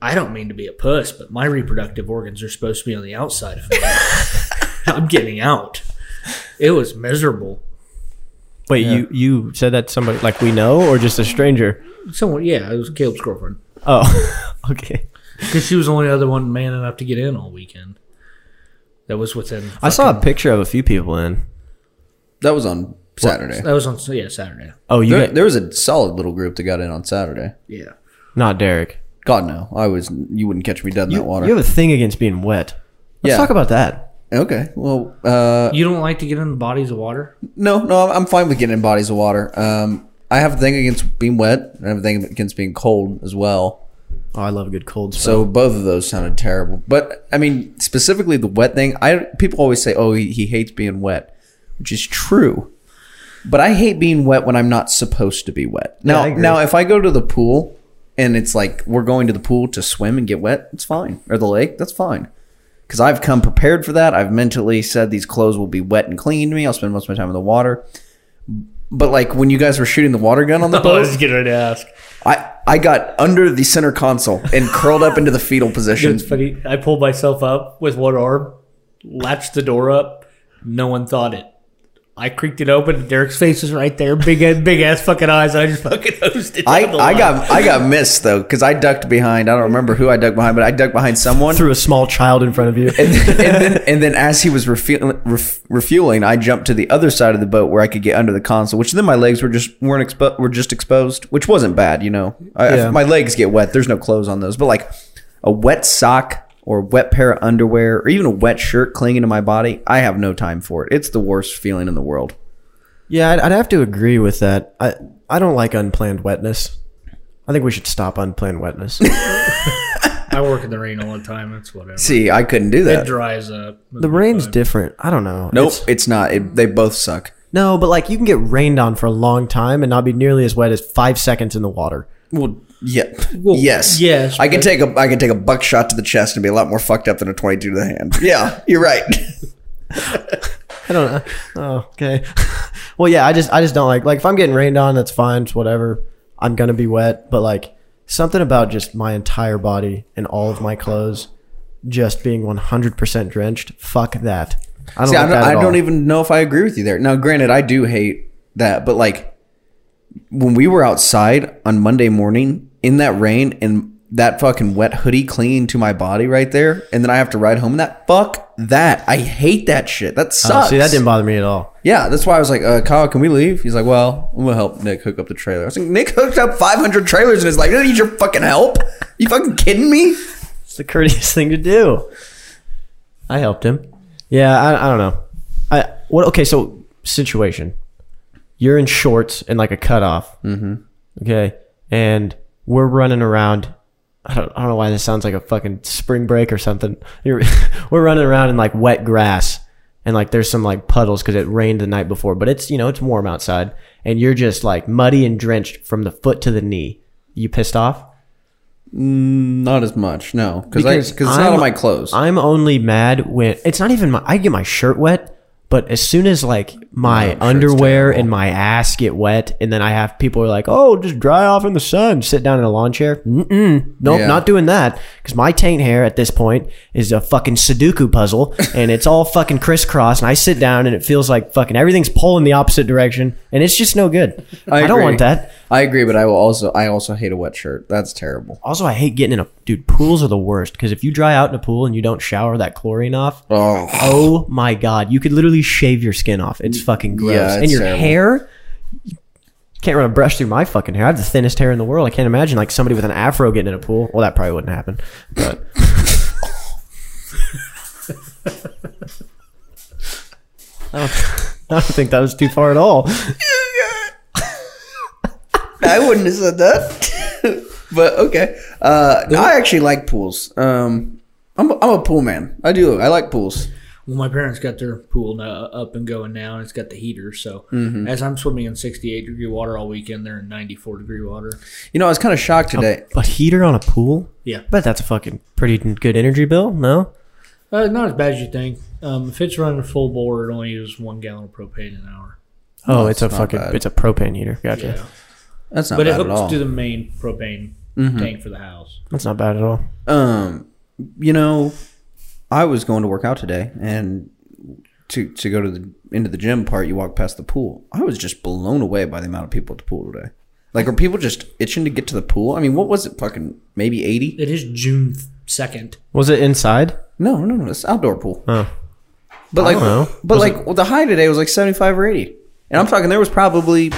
C: I don't mean to be a puss, but my reproductive organs are supposed to be on the outside of me. I'm getting out. It was miserable.
B: Wait, you you said that to somebody like we know or just a stranger?
C: Someone, yeah, it was Caleb's girlfriend
B: Oh, okay.
C: because she was the only other one man enough to get in all weekend. That was within.
B: I saw a picture of a few people in.
A: That was on Saturday.
C: That was on yeah Saturday.
B: Oh, you
A: There,
B: got,
A: there was a solid little group that got in on Saturday.
C: Yeah.
B: not Derek.
A: God no, I was. You wouldn't catch me dead in that water.
B: You have a thing against being wet. Let's
A: Yeah.
B: talk about that.
A: okay. Well, uh,
C: You don't like to get in the bodies of water?
A: no, no, I'm fine with getting in bodies of water. Um, I have a thing against being wet. and I have a thing against being cold as well.
B: Oh, I love a good cold spell.
A: So both of those sounded terrible. But I mean, specifically the wet thing. I people always say, "Oh, he, he hates being wet," which is true. But I hate being wet when I'm not supposed to be wet. Now,
B: I agree.
A: now if I go to the pool and it's like we're going to the pool to swim and get wet, it's fine. Or the lake, that's fine. Because I've come prepared for that. I've mentally said these clothes will be wet and clean to me. I'll spend most of my time in the water. But like when you guys were shooting the water gun on the boat,
C: getting ready to ask.
A: I, I got under the center console and curled up into the fetal position.
C: It's funny. I pulled myself up with one arm, latched the door up. No one thought it. I creaked it open, and Derek's face was right there, big big ass fucking eyes. I just fucking hosed it.
A: I,
C: down the
A: I
C: line.
A: got I got missed though because I ducked behind. I don't remember who I ducked behind, but I ducked behind someone.
B: Threw a small child in front of you.
A: And, and then, and then as he was refuel, ref, refueling, I jumped to the other side of the boat where I could get under the console. Which then my legs were just weren't expo- were just exposed, which wasn't bad, you know. I, I-
B: Yeah.
A: my legs get wet. There's no clothes on those, but like a wet sock or a wet pair of underwear or even a wet shirt clinging to my body, I have no time for it. It's the worst feeling in the world.
B: yeah, I'd, I'd have to agree with that. I I don't like unplanned wetness. I think we should stop unplanned wetness.
C: I work in the rain all the time. That's whatever.
A: See, I couldn't do
C: It
A: that.
C: dries up.
B: the rain's different. I don't know.
A: Nope,
B: It's-
A: it's not. It, they both suck.
B: no, but like you can get rained on for a long time and not be nearly as wet as five seconds in the water.
A: Well, yeah,
C: Well,
A: yes,
C: yes,
A: I can
C: but-
A: take a I can take a buckshot to the chest and be a lot more fucked up than a twenty two to the hand. Yeah, you're right.
B: I don't know. Oh, okay. well, yeah, I just I just don't like like if I'm getting rained on, that's fine, it's whatever. I'm gonna be wet, but like something about just my entire body and all of my clothes just being 100% drenched. Fuck that. I don't.
A: See,
B: like
A: I don't,
B: that at
A: I
B: all.
A: don't even know if I agree with you there. Now, granted, I do hate that, but like when we were outside on Monday morning in that rain and that fucking wet hoodie clinging to my body right there, and then I have to ride home. in That fuck that. I hate that shit. That
B: Oh,
A: sucks.
B: see, that didn't bother me at all.
A: Yeah, that's why I was like, uh, Kyle, can we leave? He's like, well, I'm gonna help Nick hook up the trailer. I was like, Nick hooked up 500 trailers and is like, I don't need your fucking help. You fucking kidding me?
B: It's the courteous thing to do. I helped him. Yeah, I, I don't know. I what? Okay, so situation. You're in shorts and like a cutoff. Mm-hmm. Okay, and we're running around. I don't, I don't know why this sounds like a fucking spring break or something. You're, we're running around in like wet grass and like there's some like puddles because it rained the night before, but it's you know it's warm outside and you're just like muddy and drenched from the foot to the knee. You pissed off?
A: Not as much, no, cause I because it's not
B: I'm-
A: on my clothes.
B: I'm only mad when it's not even my. I get my shirt wet, but as soon as like my underwear and my ass get wet, and then I have people are like, "Oh, just dry off in the sun, sit down in a lawn chair." Mm-mm, nope,
A: Yeah.
B: not doing that because my taint hair at this point is a fucking Sudoku puzzle, and it's all fucking crisscross. And I sit down, and it feels like fucking everything's pulling the opposite direction, and it's just no good. I, don't
A: agree.
B: want that.
A: I agree, but I will also I also hate a wet shirt. That's terrible.
B: Also, I hate getting in a dude. Pools are the worst because if you dry out in a pool and you don't shower that chlorine off,
A: Oh,
B: Oh my god, you could literally shave your skin off. It's fucking gross.
A: Yeah, it's
B: and your
A: terrible.
B: hair can't run a brush through my fucking hair. I have the thinnest hair in the world. I can't imagine like somebody with an afro getting in a pool. Well, that probably wouldn't happen. But I don't, I don't think that was too far at all.
A: I wouldn't have said that. but okay. Uh, no, I actually like pools. Um, I'm, a- I'm a pool man. I do. I like pools.
C: Well, my parents got their pool now, up and going now, and it's got the heater. So
A: Mm-hmm.
C: as I'm swimming in 68 degree water all weekend, they're in 94 degree water.
A: You know, I was kind of shocked today.
B: But heater on a pool?
C: Yeah,
B: But that's a fucking pretty good energy bill. No,
C: uh, not as bad as you think. Um, if it's running full bore, it only uses one gallon of propane an hour.
B: oh, it's a
A: not
B: fucking
A: bad.
B: it's a propane heater. Gotcha.
A: That's not
C: but it
A: bad at all. Mm-hmm.
C: hooks to the main propane tank for the house.
B: That's not bad at all.
A: um, you know, I was going to work out today, and to to go to the into the gym part, you walk past the pool. I was just blown away by the amount of people at the pool today. Like, are people just itching to get to the pool? I mean, what was it? Fucking maybe eighty?
C: It is June second.
B: Was it inside?
A: No, no, no. It's outdoor pool.
B: Oh.
A: But
B: I
A: like,
B: don't know.
A: but like well, the high today was like seventy five or eighty, and I'm talking there was probably,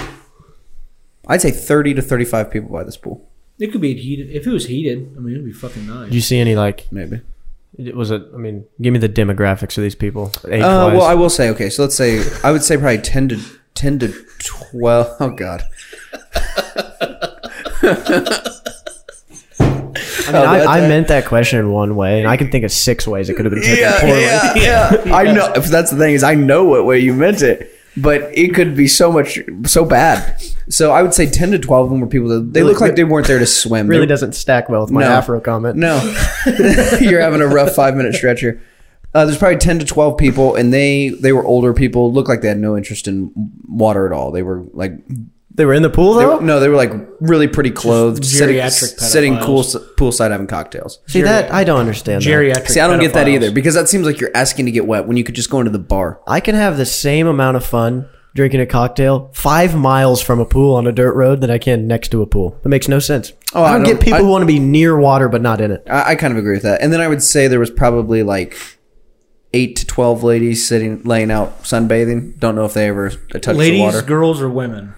A: I'd say thirty to thirty five people by this pool,
C: It could be heated. If it was heated, I mean, it'd be fucking nice.
B: Did you see any like
A: maybe.
B: It was it? I mean, give me the demographics of these people. Age
A: Uh,
B: wise.
A: well, I will say okay. So let's say I would say probably ten to ten to twelve. Oh god,
B: I, mean, I, I meant that question in one way, and I can think of six ways it could have been taken poorly.
A: yeah, I know. If that's the thing is, I know what way you meant it, but it could be so much so bad. So I would say ten to twelve of them were people that they look like they weren't there to swim.
B: Really
A: They-
B: doesn't stack well with my
A: No.
B: afro comment.
A: No, you're having a rough five minute stretch here. Uh, there's probably ten to twelve people, and they they were older people. Looked like they had no interest in water at all. They were like,
B: They were in the pool
A: they
B: though.
A: were, no, they were like really pretty clothed, sitting,
C: geriatric
A: sitting
C: pedophiles.
A: cool s- poolside having cocktails.
B: See that? I don't understand. that.
C: Geriatric.
A: See, I don't get that
C: pedophiles.
A: either because that seems like you're asking to get wet when you could just go into the bar.
B: I can have the same amount of fun drinking a cocktail five miles from a pool on a dirt road than I can next to a pool. That makes no sense.
A: Oh,
B: I, don't
A: I
B: get
A: don't-
B: people
A: I-
B: who want to be near water but not in it.
A: I, I kind of agree with that. And then I would say there was probably like eight to twelve ladies sitting laying out sunbathing. Don't know if they ever touched the
C: Ladies,
A: water.
C: girls, or women?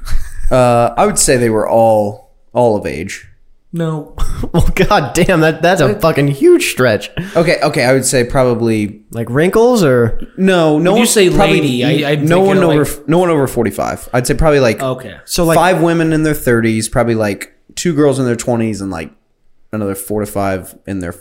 A: Uh, I would say they were all all of age.
C: No,
B: well, god damn, that that's a fucking huge stretch.
A: Okay, okay, I would say probably
B: Like wrinkles or
A: no, no.
C: you
A: one-
C: say
A: probably
C: lady, I- I'm
A: no one
C: thinking of
A: over,
C: like-
A: no one over forty-five. I'd say probably like
C: okay.
B: so like
A: five women in their thirties, probably like two girls in their twenties, and like another four to five in their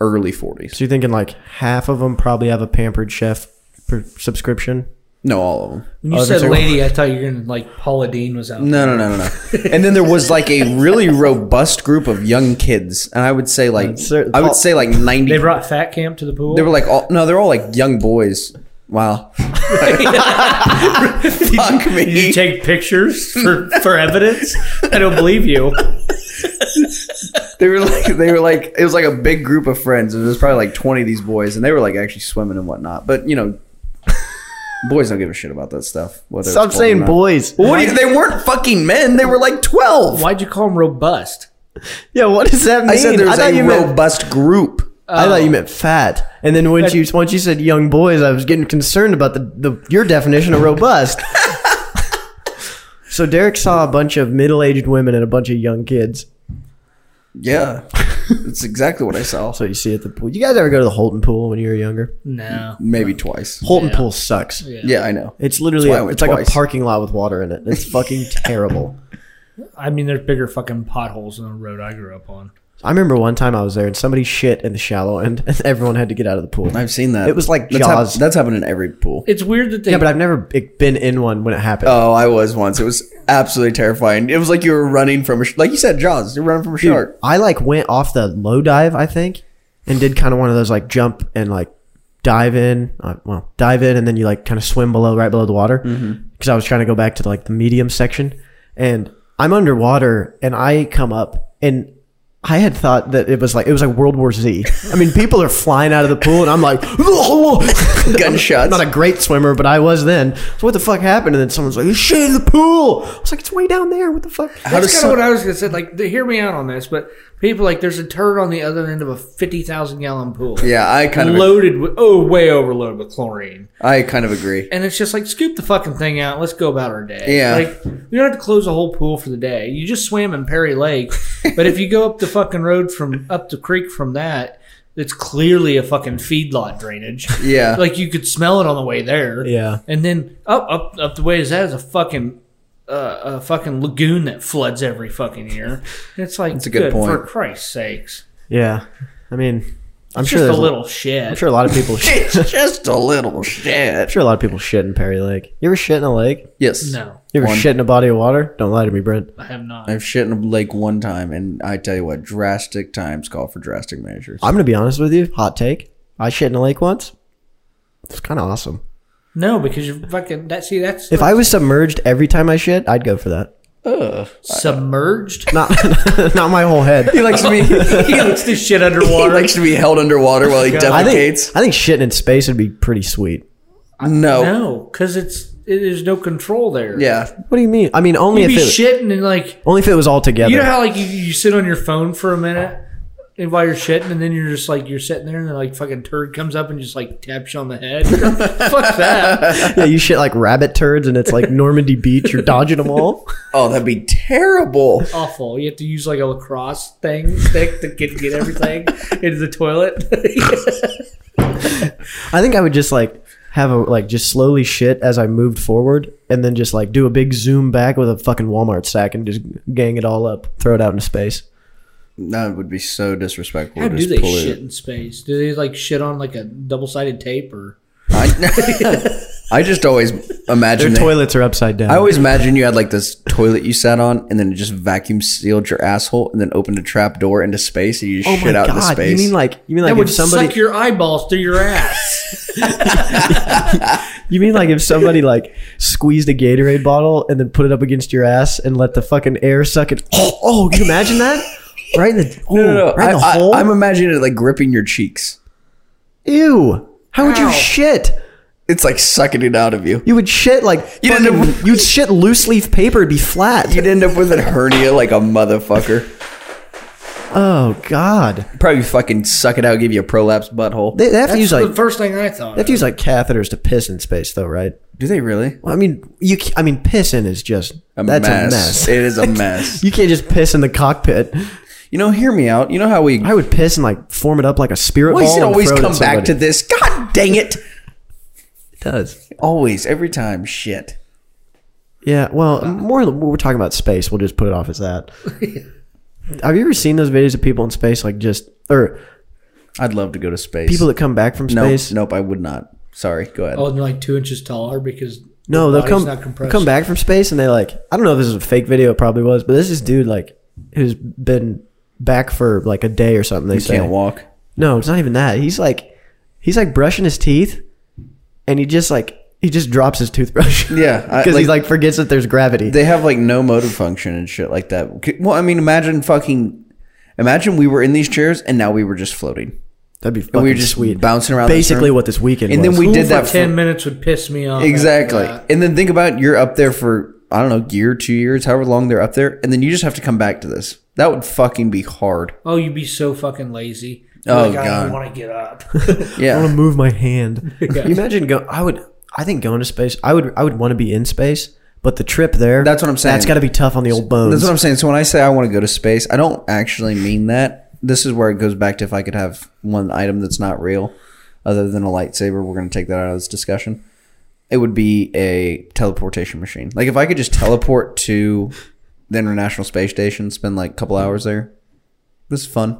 A: early forties.
B: So you're thinking like half of them probably have a pampered chef per subscription?
A: No, all of them.
C: When you
B: Oh,
C: said
B: there's a-
C: lady, I thought you were gonna like Paula Dean was out.
A: No, no, no, no, no. and then there was like a really robust group of young kids, and I would say like
B: Sir,
A: I
B: Paul-
A: would say like ninety.
C: They brought Fat Camp to the pool.
A: They were like all no, they're all like young boys. Wow, fuck
C: Did you
A: me.
C: take pictures for, for evidence? I don't believe you.
A: They were like they were like it was like a big group of friends. and There was probably like twenty of these boys, and they were like actually swimming and whatnot. But you know, boys don't give a shit about that stuff. whether it's
B: Stop
A: cold or
B: saying
A: not.
B: boys.
A: Well, What do you, they weren't fucking men. They were like twelve.
C: Why'd you call him robust?
B: Yeah, what does that mean?
A: I said there was
B: thought
A: a
B: you meant, Uh,
A: robust group.
B: I thought
A: uh,
B: you meant fat. And then once you once you said young boys, I was getting concerned about the, the your definition of robust. so Derek saw a bunch of middle aged women and a bunch of young kids.
A: Yeah. That's exactly what I saw.
B: So you see at the pool. You guys ever go to the Holton pool when you were younger?
C: No.
A: Maybe twice.
B: Holton
C: Yeah.
B: pool sucks.
C: Yeah.
A: Yeah, I know.
B: It's literally
A: That's why I
B: a-
A: went
B: it's like
A: twice.
B: a parking lot with water in it. It's fucking terrible.
C: I mean, there's bigger fucking potholes in the road I grew up on.
B: I remember one time I was there and somebody shit in the shallow end and everyone had to get out of the pool.
A: I've seen that.
B: It was like
A: that's hap-
B: Jaws.
A: that's happened in every pool.
C: It's weird that they.
B: yeah, but I've never be- been in one when it happened.
A: Oh, I was once. It was absolutely terrifying. It was like you were running from a sh- like you said, Jaws. You're running from a
B: Dude,
A: shark.
B: I like went off the low dive, I think, and did kind of one of those like jump and like dive in. Uh, well, dive in and then you like kind of swim below, right below the water. Because I was trying to go back to like the medium section, and I'm underwater and I come up and. I had thought that it was like it was like World War Z. I mean, people are flying out of the pool, and I'm like,
A: Gunshots.
B: I'm not a great swimmer, but I was then. So what the fuck happened? And then someone's like, "You shit in the pool." I was like, "It's way down there. What the fuck?"
A: How
C: That's
A: does
C: kind
A: some-
C: of what I was gonna say. Like, th- hear me out on this, but people like there's a turd on the other end of a fifty thousand gallon pool.
A: yeah, I kind of
C: loaded with oh, way overloaded with chlorine,
A: I kind of agree.
C: and it's just like scoop the fucking thing out. Let's go about our day.
A: Yeah.
C: like you don't have to close the whole pool for the day. You just swam in Perry Lake, but if you go up the fucking road from up the creek from that. It's clearly a fucking feedlot drainage.
A: Yeah.
C: like you could smell it on the way there.
B: Yeah.
C: and then up up up the way is that is a fucking uh, a fucking lagoon that floods every fucking year. And it's like
A: That's a good
C: good, for
A: point.
C: Christ's sakes.
B: Yeah, I mean, I'm
C: It's
B: sure
C: just
B: there's a-
C: a little
B: I'm
C: shit.
B: sure a lot of people. shit.
A: it's just a little
B: I'm
A: shit.
B: sure a lot of people shit in Perry Lake. You ever shit in a lake?
A: Yes.
C: No,
B: You ever
A: One-
B: shit in a body of water? Don't lie to me, Brent.
C: I have not.
A: I've shit in a lake one time, and I tell you what, drastic times call for drastic measures.
B: I'm gonna be honest with you. Hot take. I shit in a lake once. It's kind of awesome.
C: no, because you fucking that. See, that's
B: If I was submerged every time I shit, I'd go for that.
C: submerged.
B: Not, not my whole head.
A: He likes to be he
C: he looks this shit
A: He
C: underwater.
A: likes to be held underwater while he
B: I think,
A: defecates.
B: I think shitting in space would be pretty sweet. oh.
A: no.
C: no, because it's it, there's no control there.
A: Yeah.
B: What do you mean? I mean, only
C: you'd
B: if
C: be
B: it
C: shitting and like
B: only if it was all together.
C: you know how like you, you sit on your phone for a minute. And while you're shitting, and then you're just like you're sitting there, and then like fucking turd comes up and just like taps you on the head. Fuck that.
B: yeah, you shit like rabbit turds, and it's like Normandy Beach. You're dodging them all.
A: Oh, that'd be terrible.
C: awful. You have to use like a lacrosse thing stick to get get everything into the toilet.
B: I think I would just like have a like just slowly shit as I moved forward, and then just like do a big zoom back with a fucking Walmart sack and just gang it all up, throw it out into space.
A: That would be so disrespectful.
C: How
A: to
C: do
A: just
C: they
A: pollute.
C: shit in space? Do they like shit on like a double sided tape or?
A: I, I just always
B: Their
A: imagine. that-
B: toilets are upside down.
A: I always imagine you had like this toilet you sat on, and then it just vacuum sealed your asshole, and then opened a trap door into space, and you just
B: oh my
A: shit out into
B: god! You
A: space.
B: mean like you mean
C: That
B: like
C: would
B: if somebody
C: suck your eyeballs through your ass.
B: you mean like if somebody like squeezed a Gatorade bottle and then put it up against your ass and let the fucking air suck it. Oh, oh can you imagine that? Right in the oh,
A: no, no, no.
B: right in the
A: I,
B: hole.
A: I, am imagining it like gripping your cheeks.
B: Ew! How would
C: Ow.
B: you shit?
A: It's like sucking it out of you.
B: You would shit like
A: You'd end
B: fucking-
A: up-
B: you'd shit loose leaf paper. It'd be flat.
A: You'd end up with a hernia like a motherfucker.
B: Oh God!
A: Probably fucking suck it out, give you a prolapse butthole.
B: They, they have to
C: That's
B: use like
C: the first thing I thought.
B: they have to use like catheters to piss in space, though, right?
A: Do they really?
B: Well, I mean, you. ca- I mean, pissing is just
A: A
B: that's
A: mess.
B: a mess.
A: It is a mess.
B: You can't just piss in the cockpit.
A: you know, hear me out. You know how we.
B: I would piss and like form it up like a spirit
A: Well, you
B: ball.
A: should
B: and
A: always
B: throw it at
A: come back to
B: somebody.
A: this. God dang it.
B: It does.
A: Always, every time. Shit.
B: Yeah. Well, more we're talking about space. We'll just put it off as that. have you ever seen those videos of people in space, like just or
A: I'd love to go to space.
B: people that come back from
A: nope,
B: space?
A: nope, I would not. Sorry, go ahead.
C: oh, and they're like two inches taller because
B: No,
C: their
B: they'll
C: body's
B: come
C: not
B: they'll
C: compressed.
B: come back from space and they like I don't know if this is a fake video, it probably was, but this is dude like who's been back for like a day or something. They
A: you
B: say
A: can't walk.
B: no, it's not even that. He's like he's like brushing his teeth, and he just like he just drops his toothbrush.
A: Yeah, I-
B: because he like forgets that there's gravity.
A: They have like no motor function and shit like that. C- Well, I mean, imagine fucking. Imagine we were in these chairs and now we were just floating.
B: That'd be fucking
A: And we were just
B: sweet.
A: bouncing around. this
B: Basically,
A: room.
B: what this weekend
A: And
B: was.
A: then we
C: Cool
A: did
C: for
A: that for-
C: ten minutes would piss me off.
A: Exactly.
C: after that.
A: And then think about you're up there for, I don't know, year, two years, however long they're up there. And then you just have to come back to this. That would fucking be hard.
C: Oh, you'd be so fucking lazy.
A: Oh,
C: like, I
A: God.
C: don't want to get up.
B: I want
A: Yeah.
B: to move my hand. You imagine go. I would. I think going to space. I would. I would want to be in space, but the trip there.
A: That's what I'm saying.
B: That's got to be tough on the old bones.
A: That's what I'm saying. So when I say I want to go to space, I don't actually mean that. this is where it goes back to if I could have one item that's not real, other than a lightsaber. We're going to take that out of this discussion. It would be a teleportation machine. Like if I could just teleport to the International Space Station, spend like a couple hours there. This is fun.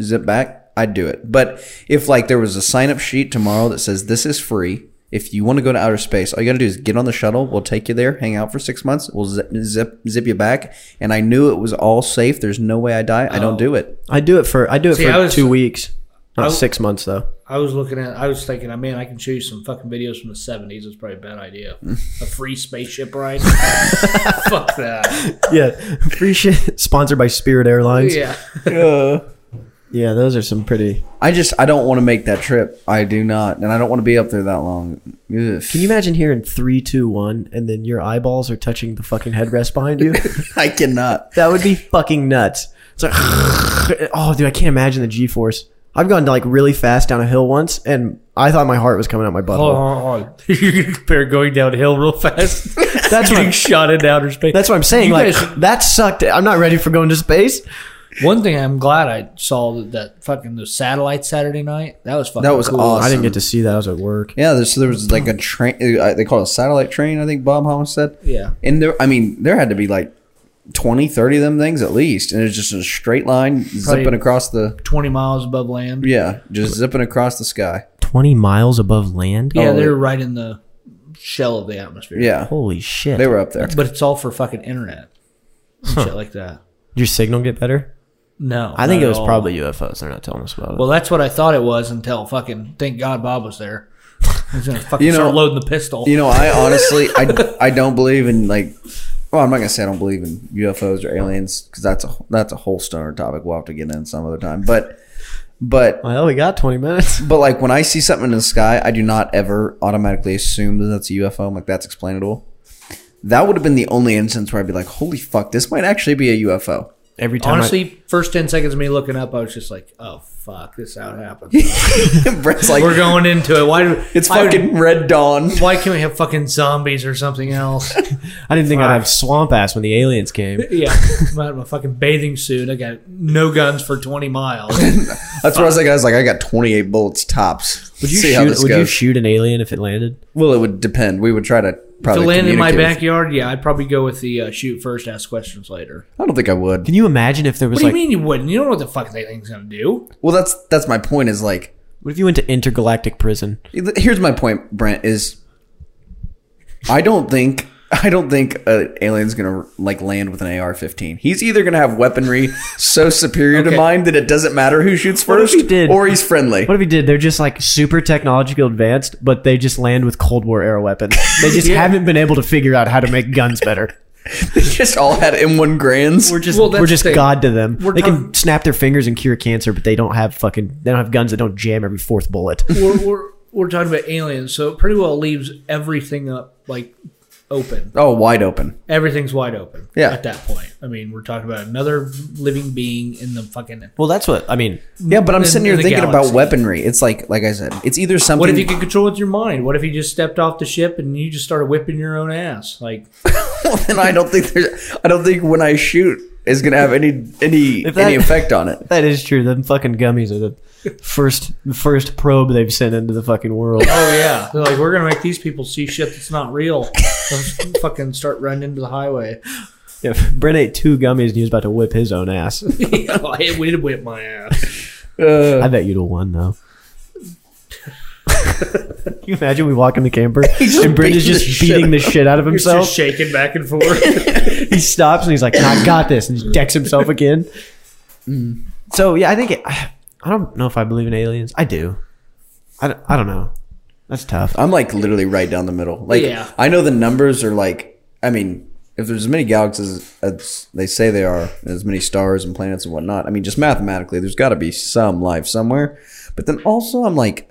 A: Zip back. I'd do it. But if like there was a sign up sheet tomorrow that says this is free. If you want to go to outer space, all you got to do is get on the shuttle. We'll take you there, hang out for six months. We'll zip, zip, zip you back. And I knew it was all safe. There's no way I die. I
B: Oh.
A: don't do it.
B: I do it for I do it
C: See,
B: for
C: I was-
B: two weeks, not
C: I-
B: six months though.
C: I was looking at. I was thinking, man, I can show you some fucking videos from the seventies. It's probably a bad idea. A free spaceship ride. Fuck that.
B: Yeah, free shit sponsored by Spirit Airlines. Yeah,
C: Yeah.
B: those are some pretty.
A: I just I don't want to make that trip. I do not, and I don't want to be up there that long. Ugh.
B: Can you imagine hearing three, two, one, and then your eyeballs are touching the fucking headrest behind you?
A: I cannot.
B: that would be fucking nuts. It's like, oh, dude, I can't imagine the G-force. I've gone like really fast down a hill once, and I thought my heart was coming out my
C: Hold
B: butthole.
C: on, hold on. You can compare going downhill real fast.
B: That's
C: getting
B: what-
C: shot into outer space.
B: That's what I'm saying.
C: You
B: like
C: guys-
B: that sucked. I'm not ready for going to space.
C: One thing I'm glad I saw that, that fucking the satellite Saturday night. That was fucking.
A: That was
C: cool.
A: awesome.
B: I didn't get to see that. I was at work.
A: Yeah, there, so there was like a train. uh, They call it a satellite train. I think Bob Holmes said.
C: Yeah.
A: And there, I mean, there had to be like 20, 30 of them things at least, and it's just a straight line zipping across the.
C: Twenty miles above land.
A: Yeah, just zipping across the sky.
B: 20 miles above land?
C: Yeah,
A: Oh,
C: they're right in the shell of the atmosphere.
A: Yeah,
B: Holy shit.
A: they were up there.
C: But it's all for fucking internet. and Shit like that.
B: Your signal get better?
C: No.
B: I think
C: not
B: it was
C: at all.
B: probably UFOs. They're not telling us about it.
C: Well, that's what I thought it was until fucking thank God Bob was there. He's gonna fucking
A: You know-
C: start loading the pistol.
A: You know, I honestly, I, I don't believe in like. Well, I'm not gonna say I don't believe in UFOs or aliens because that's a that's a whole stoner topic. We'll have to get in some other time. But but
B: well, we got 20 minutes.
A: But like when I see something in the sky, I do not ever automatically assume that that's a UFO. I'm like, that's explainable. That would have been the only instance where I'd be like, holy fuck, this might actually be a UFO.
B: Every time.
C: Honestly, first ten seconds of me looking up, I was just like, "Oh fuck, this how it happens."
A: Brett's like,
C: We're going into it. Why do
A: it's
C: I-
A: fucking Red Dawn.
C: why can't we have fucking zombies or something else?
B: I, I didn't think I'd have swamp ass when the aliens came.
C: yeah, I'm out of my fucking bathing suit. I got no guns for 20 miles.
A: That's what I was like. I was like, I got 28 bullets tops.
B: Would you,
A: See
B: shoot,
A: how this
B: would you
A: goes.
B: shoot an alien if it landed?
A: well, it would depend. We would try to
C: to
A: probably
C: land in my
A: communicate with-
C: backyard, yeah, I'd probably go with the uh, shoot first, ask questions later.
A: I don't think I would.
B: Can you imagine if there was
C: What do
B: like.
C: you mean you wouldn't? You don't know what the fuck that thing's gonna do.
A: Well, that's that's my point. Is like,
B: What if you went to intergalactic prison?
A: here's my point, Brent. Is I don't think I don't think an alien's gonna like land with an AR-15. He's either gonna have weaponry so superior to
C: Okay.
A: mine that it doesn't matter who shoots
B: What if
A: first,
B: he did?
A: or he's friendly.
B: What if he did? They're just like super technological advanced, but they just land with Cold War era weapons. They just haven't been able to figure out how to make guns better.
A: They just all had M1 grands.
B: We're just
C: Well, that's
B: we're just
C: the thing.
B: god to them.
C: We're
B: they can
C: talking-
B: snap their fingers and cure cancer, but they don't have fucking they don't have guns that don't jam every fourth bullet.
C: We're, we're, we're talking about aliens, so it pretty well leaves everything up, like, open.
A: oh, wide open.
C: Everything's wide open
A: Yeah.
C: at that point. I mean, we're talking about another living being in the fucking.
B: well, that's what I mean.
A: Yeah, but I'm
C: In-
A: sitting here
C: in the
A: thinking
C: galaxy.
A: about weaponry. It's like, like I said, it's either something.
C: What if you could control with your mind? What if you just stepped off the ship and you just started whipping your own ass? Like,
A: Well, then I don't think there's. I don't think when I shoot is gonna have any any
B: If that-
A: any effect on it.
B: That is true. Them fucking gummies are the first first probe they've sent into the fucking world.
C: Oh yeah, they're like we're gonna make these people see shit that's not real. They'll fucking start running into the highway.
B: yeah, Brent ate two gummies and he was about to whip his own ass.
C: I would have whipped my ass.
A: Uh,
B: I bet you'd have won though. Can you imagine we walk in the camper and Brent
A: beating the
B: is just
A: shit
B: beating the shit out of
C: He's
B: himself?
C: just shaking back and forth.
B: he stops and he's like, "I got this," and just decks himself again. So yeah, I think it, I don't know if I believe in aliens. I do. I don't, I don't know. That's tough.
A: I'm like literally right down the middle. Like
C: Yeah.
A: I know the numbers are like I mean, if there's as many galaxies as they say they are, and as many stars and planets and whatnot, I mean just mathematically there's gotta be some life somewhere. But then also I'm like,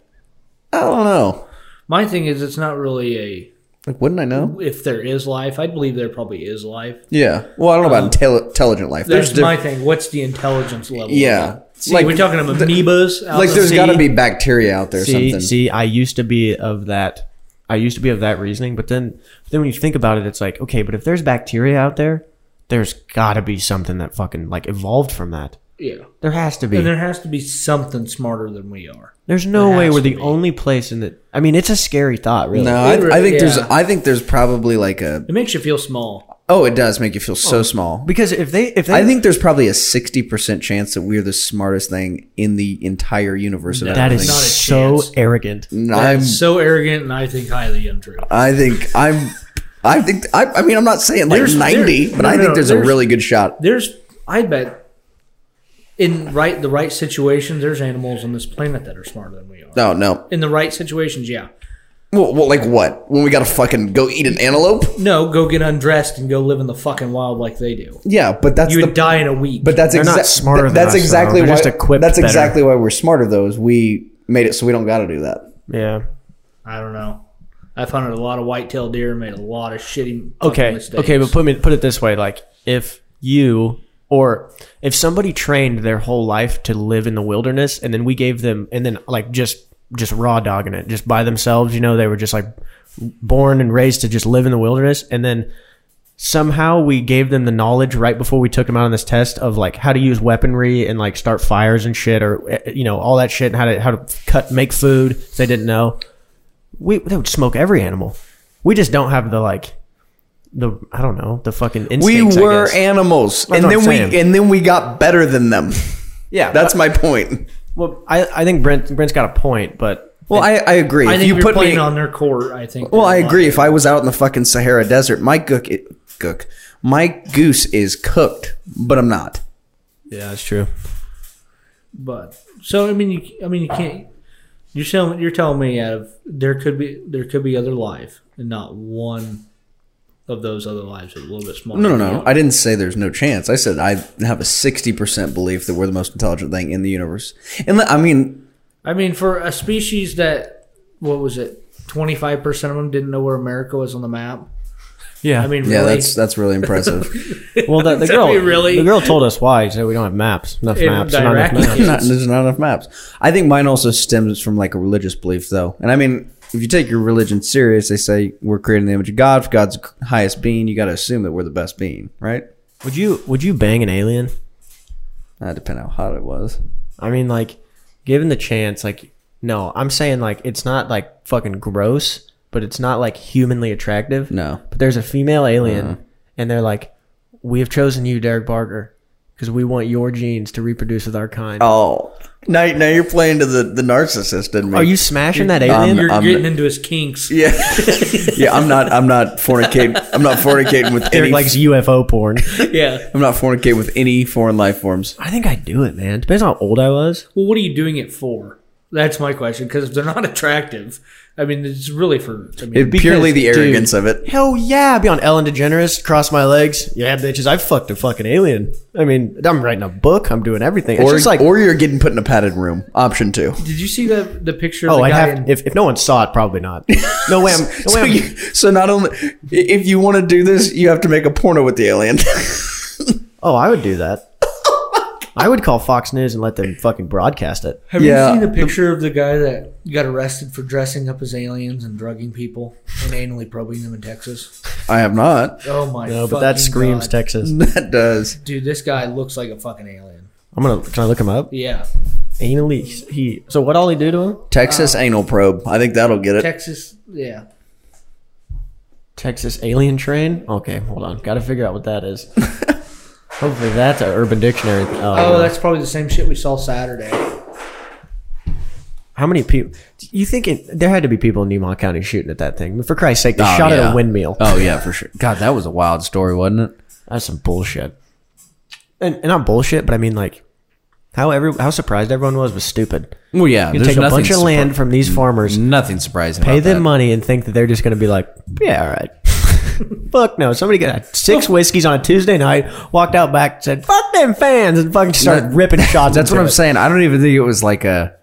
A: I don't know.
C: my thing is, it's not really a.
A: Like wouldn't I know?
C: If there is life, I believe there probably is life.
A: Yeah. Well, I don't know about intelli- intelligent life.
C: Um, That's
A: There's diff-
C: my thing. What's the intelligence level? of
A: Yeah.
C: it? See, like we're talking about amoebas. out
A: like
C: in the
A: there's
C: sea.
A: gotta be bacteria out there or
B: See,
A: something.
B: see, I used to be of that. I used to be of that reasoning, but then, then when you think about it, it's like, okay, but if there's bacteria out there, there's got to be something that fucking like evolved from that.
C: Yeah.
B: There has to be.
C: And there has to be something smarter than we are.
B: There's no
C: There
B: way
C: has
B: we're
C: to
B: the
C: be.
B: only place in that. I mean, it's a scary thought, really.
A: No,
B: No.
A: I, I
C: It
A: think
C: really-
A: there's
C: yeah.
A: I think there's probably like a
C: It makes you feel small.
A: oh it does make you feel so small.
B: Because if they, if they,
A: I think there's probably a sixty percent chance that we're the smartest thing in the entire universe. Of
B: that
A: everything.
B: is
C: Not a
B: so
C: chance.
B: arrogant.
A: And
C: I'm
A: I'm
C: so arrogant and I think highly untrue.
A: I think I'm I think I, I mean I'm not saying like
C: There's-
A: ninety,
C: there-
A: but
C: no,
A: I
C: no,
A: think there's,
C: there's-
A: a really good shot.
C: There's I bet in right the right situations there's animals on this planet that are smarter than we are.
A: No, no.
C: In the right situations, yeah.
A: Well, well, like what? When we gotta fucking go eat an antelope?
C: No, go get undressed and go live in the fucking wild like they do.
A: Yeah, but that's
C: You
A: the
C: would die in a week.
A: But that's
B: They're not
A: exactly
B: smarter than
A: That's
B: us, though.
A: exactly
B: They're
A: why.
B: just equipped
A: that's
B: better.
A: exactly why we're smarter. Though is we made it so we don't got to do that.
B: Yeah.
C: I don't know. I've hunted a lot of white-tailed deer and made a lot of shitty fucking
B: Okay.
C: mistakes.
B: Okay, but put me put it this way: like, if you or if somebody trained their whole life to live in the wilderness, and then we gave them, and then like just just raw dogging it, just by themselves, you know, they were just like born and raised to just live in the wilderness, and then somehow we gave them the knowledge right before we took them out on this test of like how to use weaponry and like start fires and shit or eh, you know all that shit and how to how to cut make food if they didn't know we they would smoke every animal we just don't have the like the i don't know the fucking
A: We
B: instincts, I
A: were
B: guess.
A: animals, and
B: That's what
A: then
B: I'm
A: we
B: saying.
A: and then we got better than them.
B: yeah
A: That's my point.
B: well i i think brent brent's got a point but
A: Well, I, I agree.
C: I
A: if
C: think
A: you
C: you are
A: put
C: playing
A: me
C: on their court. I think.
A: well,
C: they're
A: I
C: not.
A: agree. If I was out in the fucking Sahara Desert, my gook it, gook, my goose is cooked, but I'm not.
B: yeah that's true
C: But so I mean, you, I mean, you can't. You're telling you're telling me out of there could be there could be other life and not one of those other lives is a little bit smaller.
A: No, no,
C: than
A: no.
C: you.
A: I didn't say there's no chance. I said I have a sixty percent belief that we're the most intelligent thing in the universe. And I mean,
C: I mean, for a species that what was it, twenty five percent of them didn't know where America was on the map.
B: yeah
C: I mean,
A: yeah,
C: really,
A: that's that's really impressive.
B: well the, the
C: Tell
B: girl
C: me really.
B: the girl told us why she said we don't have maps enough
C: In
B: maps not enough
C: Iraq,
B: maps.
C: yeah.
A: Not- there's not enough maps. I think mine also stems from like a religious belief, though. And I mean, if you take your religion serious, they say we're created in the image of God. If God's highest being, you got to assume that we're the best being, right?
B: would you would you bang an alien
A: That depends how hot it was.
B: I mean, like, given the chance, like, no, I'm saying like it's not like fucking gross, but it's not like humanly attractive.
A: No.
B: But there's a female alien, and they're like, "We have chosen you, Derek Barker, because we want your genes to reproduce with our kind."
A: Oh, now now you're playing to the the narcissist in me.
B: Are you smashing that alien?
C: you're
A: I'm-
C: getting into his kinks.
A: Um, Yeah, yeah. I'm not. I'm not fornicating. I'm not fornicating with
B: Derek
A: any.
B: likes UFO porn.
C: yeah.
A: I'm not fornicating with any foreign life forms.
B: I think I'd do it, man. Depends on how old I was.
C: Well, what are you doing it for? That's my question. Because if they're not attractive, I mean, it's really for. I mean,
A: It purely the
B: dude-
A: arrogance of it.
B: Hell yeah, I'd be on Ellen DeGeneres, cross my legs. Yeah, bitches, I fucked a fucking alien. I mean, I'm writing a book, I'm doing everything. It's
A: Or,
B: just like
A: or you're getting put in a padded room. Option two.
C: did you see the the picture? Of
B: Oh,
C: the
B: I'd
C: guy
B: have
C: in-
B: if, if no one saw it, probably not. No way. I'm, no
A: So,
B: way I'm-
A: you, so not only i- if you want to do this, you have to make a porno with the alien.
B: oh, I would do that. Oh I would call Fox News and let them fucking broadcast it.
C: Have
A: Yeah.
C: you seen the picture of the guy that got arrested for dressing up as aliens and drugging people and anally probing them in Texas?
A: I have not.
C: Oh my!
B: No, but that
C: fucking
B: screams
C: God.
B: Texas.
A: That does.
C: Dude, this guy looks like a fucking alien.
B: I'm gonna. Can I look him up?
C: Yeah,
B: Anally, he. So what all he do to him?
A: Texas anal probe. I think that'll get it.
C: Texas. Yeah,
B: Texas alien train. Okay, hold on. Got to figure out what that is. Hopefully that's an Urban Dictionary. Oh,
C: Oh, that's probably the same shit we saw Saturday.
B: how many people? You think it, there had to be people in Newmont County shooting at that thing? For Christ's sake, they
A: Oh,
B: shot at
A: yeah.
B: a windmill.
A: Oh yeah, for sure. God, that was a wild story, wasn't it?
B: That's some bullshit. And, and not bullshit, but I mean like how every how surprised everyone was was stupid.
A: Well, yeah.
B: You take a bunch of land from these farmers,
A: Nothing surprising.
B: pay them money, and think that they're just going to be like, yeah, all right. Fuck no! Somebody got six whiskeys on a Tuesday night, walked out back, said "fuck them fans," and fucking started
E: No,
B: ripping shots.
E: That's what
B: into
E: I'm
B: it.
E: saying. I don't even think it was like a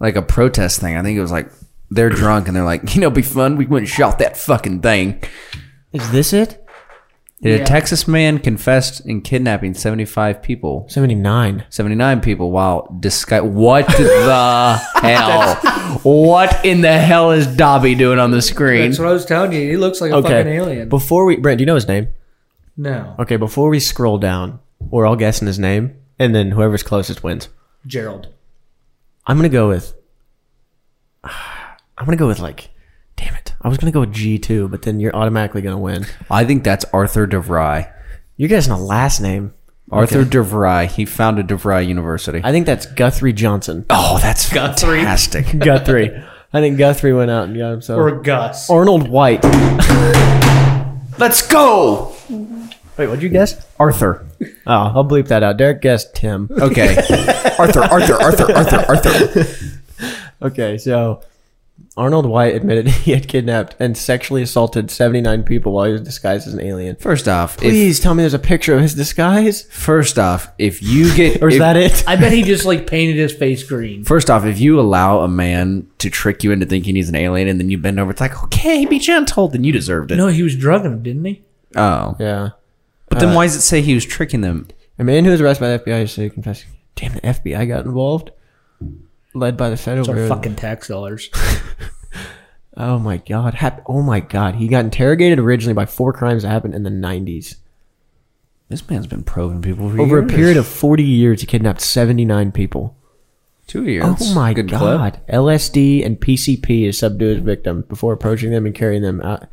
E: like a protest thing. I think it was like they're drunk and they're like, you know, it'd be fun. We went and shot that fucking thing.
B: Is this it?
E: Did
C: Yeah.
E: a Texas man confessed in kidnapping 75 people,
B: Seventy nine.
E: 79 people while disguise. What the hell? What in the hell is Dobby doing on the screen?
C: That's what I was telling you. He looks like a
B: Okay.
C: fucking alien.
B: Before we, Brent, do you know his name?
C: No,
B: Okay, before we scroll down, we're all guessing his name. and then whoever's closest wins.
C: Gerald.
B: I'm gonna go with. I'm gonna go with like, damn it! I was gonna go with G two, but then you're automatically gonna win.
E: I think that's Arthur DeVry.
B: You're guessing a last name.
E: Arthur DeVry. He founded DeVry University.
B: I think that's Guthrie Johnson.
E: oh, that's fantastic.
B: Guthrie. I think Guthrie went out and got himself.
C: Or Gus.
B: Arnold White.
E: Let's go.
B: Wait, what'd you guess?
E: Arthur.
B: Oh, I'll bleep that out. Derek guessed Tim.
E: Okay. Arthur, Arthur, Arthur, Arthur, Arthur.
B: Okay, so Arnold White admitted he had kidnapped and sexually assaulted 79 people while he was disguised as an alien.
E: First off, if,
B: Please tell me there's a picture of his disguise.
E: first off, if you get
B: Or is
E: if-
B: that it?
C: I bet he just like painted his face green.
E: First off, if you allow a man to trick you into thinking he's an alien and then you bend over, it's like, okay, be gentle, then you deserved it.
C: No, he was drugging him, didn't he?
E: Oh. Uh,
B: Yeah.
E: But then why does it say he was tricking them?
B: A man who was arrested by the FBI yesterday confessed. Damn, the FBI got involved. Led by the federal.
C: It's our
B: Bureau-
C: fucking tax dollars.
B: oh my god. Hap- oh my god. He got interrogated originally by four crimes that happened in the 90s.
E: This man's been probing people for
B: Over a
E: years.
B: period of 40 years, he kidnapped 79 people.
E: two years.
B: Oh my
E: Good clip.
B: god. LSD and PCP is subdued his victim before approaching them and carrying them out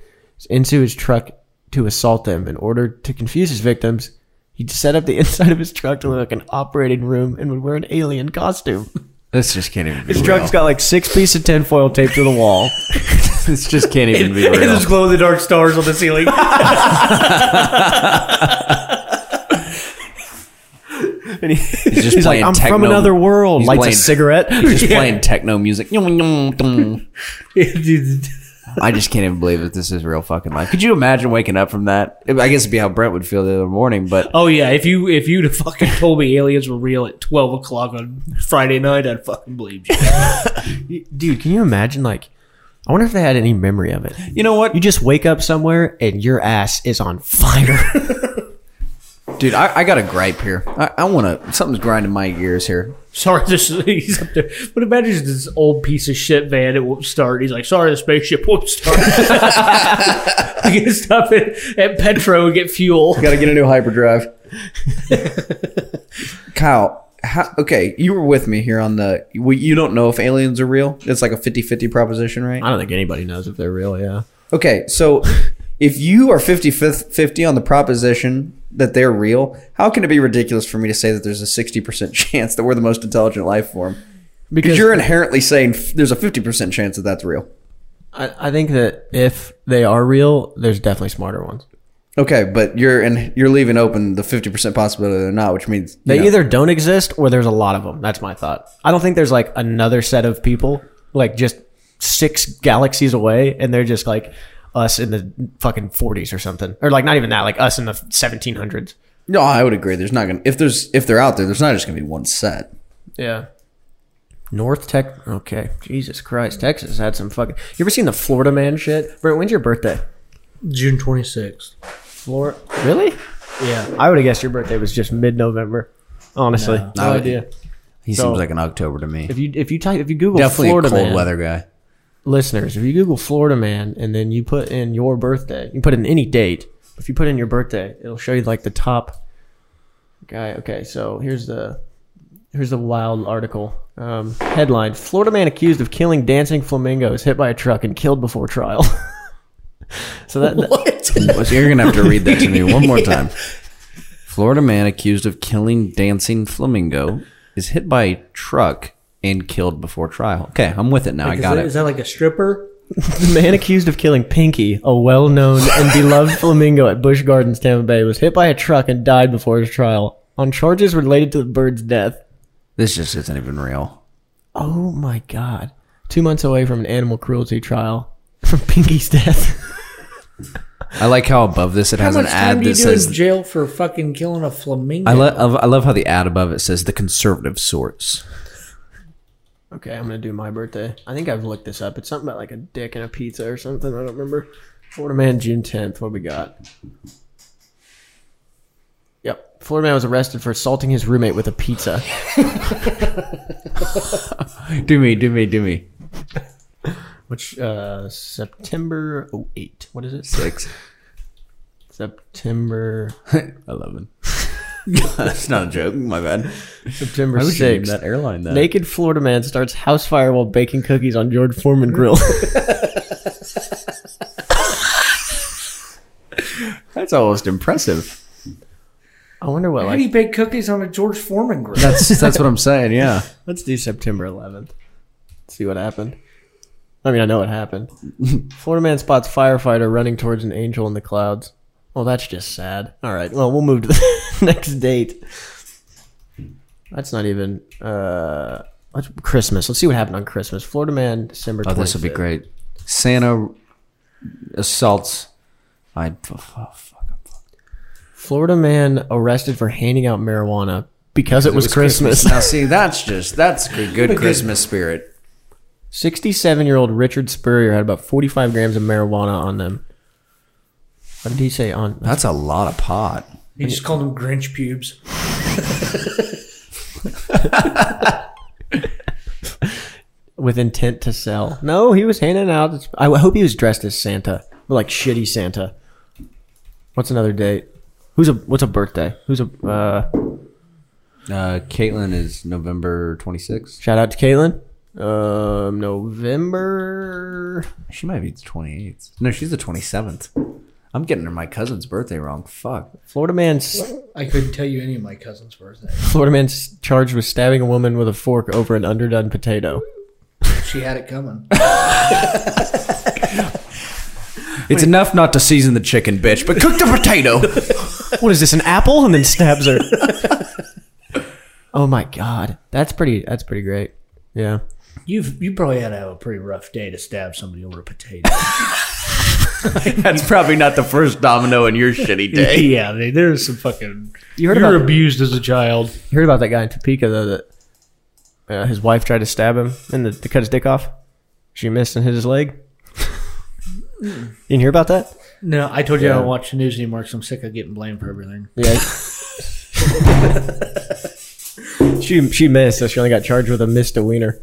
B: into his truck to assault them. In order to confuse his victims, he set up the inside of his truck to look like an operating room and would wear an alien costume.
E: This just can't even be
B: His
E: real.
B: truck's got like six pieces of tinfoil taped to the wall.
E: this just can't even be real.
C: There's glow in the dark stars on the ceiling.
E: He's just
B: He's like,
E: playing
B: I'm
E: techno.
B: from another world.
E: He's
B: Lights
E: playing-
B: a cigarette.
E: He's just playing techno music. Yum, yum, dum.
C: Dude,
E: I just can't even believe that this is real fucking life. Could you imagine waking up from that? I guess it'd be how Brent would feel the other morning, but
C: oh yeah, if you if you'd have fucking told me aliens were real at twelve o'clock on Friday night, I'd fucking believe you.
B: Dude, can you imagine like I wonder if they had any memory of it.
E: you know what?
B: You just wake up somewhere and your ass is on fire.
E: Dude, I, I got a gripe here. I, I want to. Something's grinding my gears here.
C: Sorry, this he's up there. But imagine this old piece of shit van. It won't start. He's like, sorry, the spaceship won't start. I gotta stop it at Petro and get fuel.
A: Got to get a new hyperdrive. Kyle, how, okay, you were with me here on the. well, You don't know if aliens are real. It's like a 50 50 proposition, right?
B: I don't think anybody knows if they're real, yeah.
A: Okay, so if you are 50 50 on the proposition that they're real, how can it be ridiculous for me to say that there's a 60% chance that we're the most intelligent life form? Because you're inherently saying f- there's a 50% chance that that's real.
B: I, I think that if they are real, there's definitely smarter ones.
A: Okay, but you're and you're leaving open the 50% possibility they're not, which means
B: They
A: you know,
B: either don't exist or there's a lot of them. That's my thought. I don't think there's like another set of people, like just six galaxies away, and they're just like us in the fucking 40s or something. Or like not even that, like us in the 1700s.
A: No, I would agree. There's not going to if there's if they're out there, there's not just going to be one set.
B: Yeah. North Tech. Okay. Jesus Christ. Texas had some fucking. You ever seen the Florida man shit? Brent, when's your birthday?
C: June twenty sixth.
B: Florida. Really?
C: Yeah.
B: I would have guessed your birthday was just mid November. Honestly. no
E: I-
B: idea.
E: He
B: So-
E: seems like an October to me.
B: If you if you type if you Google
E: Definitely
B: Florida
E: a cold
B: man,
E: weather guy.
B: listeners, if you Google Florida man and then you put in your birthday, you put in any date. If you put in your birthday, it'll show you like the top guy. Okay, so here's the here's the wild article um, headline: Florida man accused of killing dancing flamingos hit by a truck and killed before trial. so that,
E: You're gonna have to read that to me one more time. Florida man accused of killing dancing flamingo is hit by a truck and killed before trial. Okay, I'm with it now. I
C: Is
E: got
C: that- Is
E: it.
C: that like a stripper?
B: The man accused of killing Pinky, a well known and beloved flamingo at Busch Gardens, Tampa Bay, was hit by a truck and died before his trial on charges related to the bird's death.
E: This just isn't even real.
B: Oh my god. Two months away from an animal cruelty trial from Pinky's death.
E: I like how above this it has
C: How
E: an
C: much time
E: ad
C: do you
E: that
C: do in
E: says.
C: jail for fucking killing a flamingo?
E: I love, I love how the ad above it says the conservative source.
B: okay, I'm gonna do my birthday. I think I've looked this up. It's something about like a dick and a pizza or something. I don't remember. Florida man, June 10th. What we got? Yep. Florida man was arrested for assaulting his roommate with a pizza.
E: Do me, do me, do me.
B: which uh September oh, 08. What is it?
E: Six.
B: September
E: Eleven.
A: That's not a joke. My bad.
B: September
A: I was named
B: 6th.
A: that airline then.
B: Naked Florida man starts house fire while baking cookies on George Foreman grill.
A: That's almost impressive.
B: I wonder what
C: How
B: like
C: do you bake cookies on a George Foreman grill?
A: That's that's what I'm saying. Yeah.
B: Let's do September 11th. See what happened. I mean, I know what happened. Florida man spots firefighter running towards an angel in the clouds. Well, that's just sad. All right. Well, we'll move to the next date. That's not even uh let's- Christmas. Let's see what happened on Christmas. Florida man, December.
A: Oh, this would be
B: 25th.
A: great. Santa assaults. I f- f- fuck. I'm fucked.
B: Florida man arrested for handing out marijuana because it was, Christmas.
A: Now see, that's just that's good, good Christmas spirit.
B: 67 year old Richard Spurrier had about 45 grams of marijuana on them. What did he say on?
A: That's a lot of pot.
C: You just called them Grinch pubes.
B: with intent to sell. No, he was handing out. I hope he was dressed as Santa, like shitty Santa. What's another date? Who's a what's a birthday? Who's a uh,
A: Uh, Caitlin is November 26th.
B: shout out to Caitlin? Um, November.
A: She might be the 28th. No, she's the 27th. I'm getting her my cousin's birthday wrong. Fuck.
B: Florida man's
C: I couldn't tell you any of my cousins' birthday.
B: Florida man's charged with stabbing a woman with a fork over an underdone potato.
C: She had it coming.
A: It's enough not to season the chicken, bitch, but cook the potato.
B: What is this? An apple? And then stabs her. oh my god, that's pretty. That's pretty great. Yeah.
C: You've you probably had to have a pretty rough day to stab somebody over a potato.
A: That's probably not the first domino in your shitty day.
C: yeah, they, there's some fucking.
B: You
C: You're
B: heard about
C: abused as a child.
B: You heard about that guy in Topeka though that uh, his wife tried to stab him and the, to cut his dick off. She missed and hit his leg. you didn't hear about that?
C: No, I told you I
B: Yeah.
C: don't watch the news anymore because I'm sick of getting blamed for everything.
B: Yeah. she she missed, so she only got charged with a misdemeanor.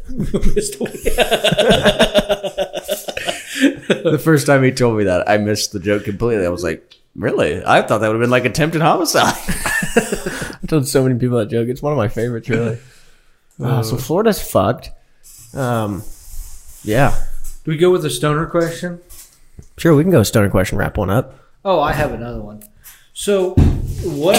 A: The first time he told me that, I missed the joke completely. I was like, really? I thought that would have been like attempted homicide.
B: I told so many people that joke. It's one of my favorites, really. Uh, so Florida's fucked. Um, yeah,
C: Do we go with the stoner question?
B: sure. We can go stoner question. Wrap one up.
C: Oh, I have another one. So, what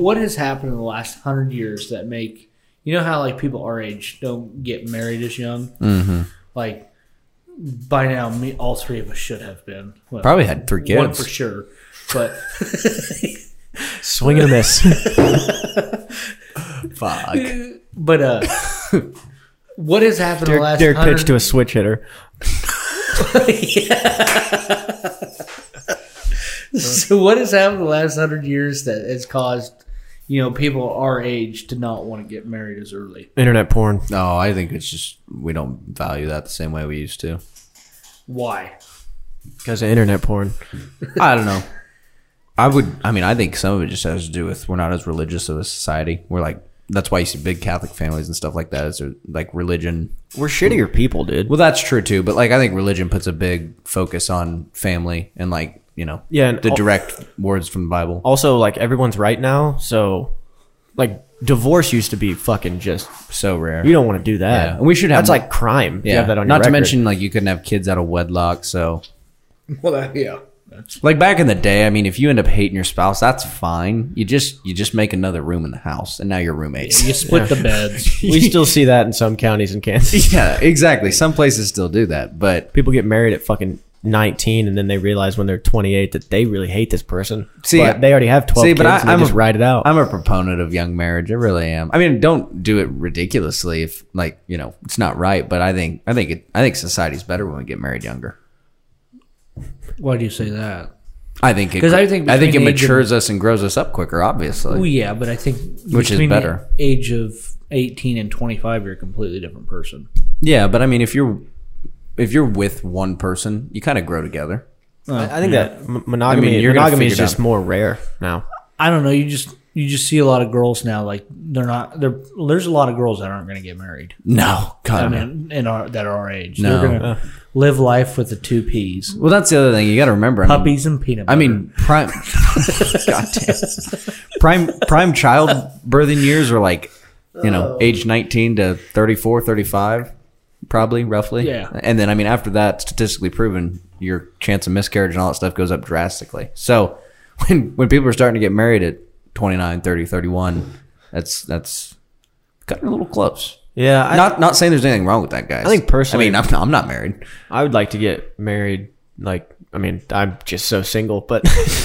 C: what has happened in the last hundred years that make you know how like people our age don't get married as young? Mm-hmm. Like by now, me all three of us should have been well,
A: Probably had three
C: one
A: kids.
C: for sure. But
B: Swing and a miss.
A: Fuck.
C: but uh, what has happened in the
B: Derek,
C: last
B: Derek
C: 100
B: pitched to a switch hitter.
C: so what has happened in the last hundred years that has caused you know people our age to not want to get married as early?
B: Internet porn.
A: No, I think it's just we don't value that the same way we used to.
C: Why?
B: Because of internet porn.
A: I don't know. I would. I mean, I think some of it just has to do with we're not as religious of a society. We're like that's why you see big Catholic families and stuff like that. Is there, like religion?
B: We're shittier people, dude.
A: Well, that's true too. But like, I think religion puts a big focus on family and like you know,
B: Yeah, and
A: the
B: al-
A: direct words from the Bible.
B: Also, like everyone's right now, so like divorce used to be fucking just
A: so rare.
B: you don't want to do that.
A: Yeah, and we should have
B: that's like crime. Yeah,
A: yeah.
B: have that on
A: not
B: your
A: to
B: record.
A: mention like you couldn't have kids out of wedlock. So
C: Well, yeah.
A: like back in the day, I mean, if you end up hating your spouse, that's fine. You just you just make another room in the house, and now you're roommates.
C: You split the beds.
B: we still see that in some counties in Kansas.
A: yeah, exactly. Some places still do that, but
B: People get married at fucking nineteen, and then they realize when they're twenty eight that they really hate this person.
A: See,
B: But they already have twelve
A: see,
B: kids,
A: but I-
B: and they
A: I'm
B: just
A: a-
B: ride it out.
A: I'm a proponent of young marriage. I really am. I mean, don't do it ridiculously if like, you know, it's not right, but I think I think it, I think society's better when we get married younger.
C: Why do you say that?
A: I think it
C: 'Cause I think
A: I think it
C: between the age of-
A: matures us and grows us up quicker, obviously.
C: Well, yeah, but I think
A: Which is
C: between the
A: better.
C: Age of eighteen and twenty five, you're a completely different person.
A: yeah, but I mean, if you're if you're with one person, you kind of grow together.
B: I, I think that m- monogamy
A: I mean, you're gonna
B: monogamy is
A: figure it
B: just
A: out.
B: more rare now.
C: I don't know. You just you just see a lot of girls now. Like they're not. They're, there's a lot of girls that aren't going to get married.
A: No,
C: I
A: God, no.
C: mean, in our that are our age,
A: No.
C: they're going to live life with the two P's:
A: Well, that's the other thing you got to remember. I mean,
C: puppies and peanut.
A: I
C: butter.
A: mean, prime, goddamn, prime, prime child birthing years are like, you know,
B: Oh.
A: age 19 to 34, 35, probably roughly.
C: Yeah.
A: And then, I mean, after that, statistically proven, your chance of miscarriage and all that stuff goes up drastically. So when, when people are starting to get married at 29, 30, 31, that's, that's gotten a little close.
B: Yeah, I,
A: not, not saying there's anything wrong with that, guys.
B: I think personally-
A: I mean, I'm, I'm not married.
B: I would like to get married. Like, I mean, I'm just so single, but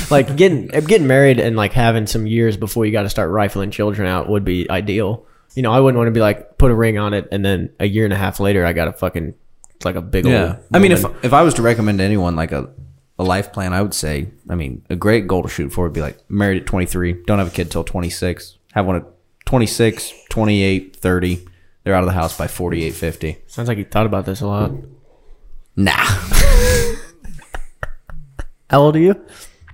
B: like getting getting married and like having some years before you got to start rifling children out would be ideal. You know, I wouldn't want to be like put a ring on it and then a year and a half later I got a fucking like a big
A: Yeah.
B: old.
A: I mean, if
B: woman.
A: if I was to recommend to anyone like a, a life plan, I would say, I mean, a great goal to shoot for would be like married at 23, don't have a kid till 26, have one at 26, 28, 30. They're out of the house by 48, 50.
B: sounds like you thought about this a lot.
A: Nah.
B: How old are you?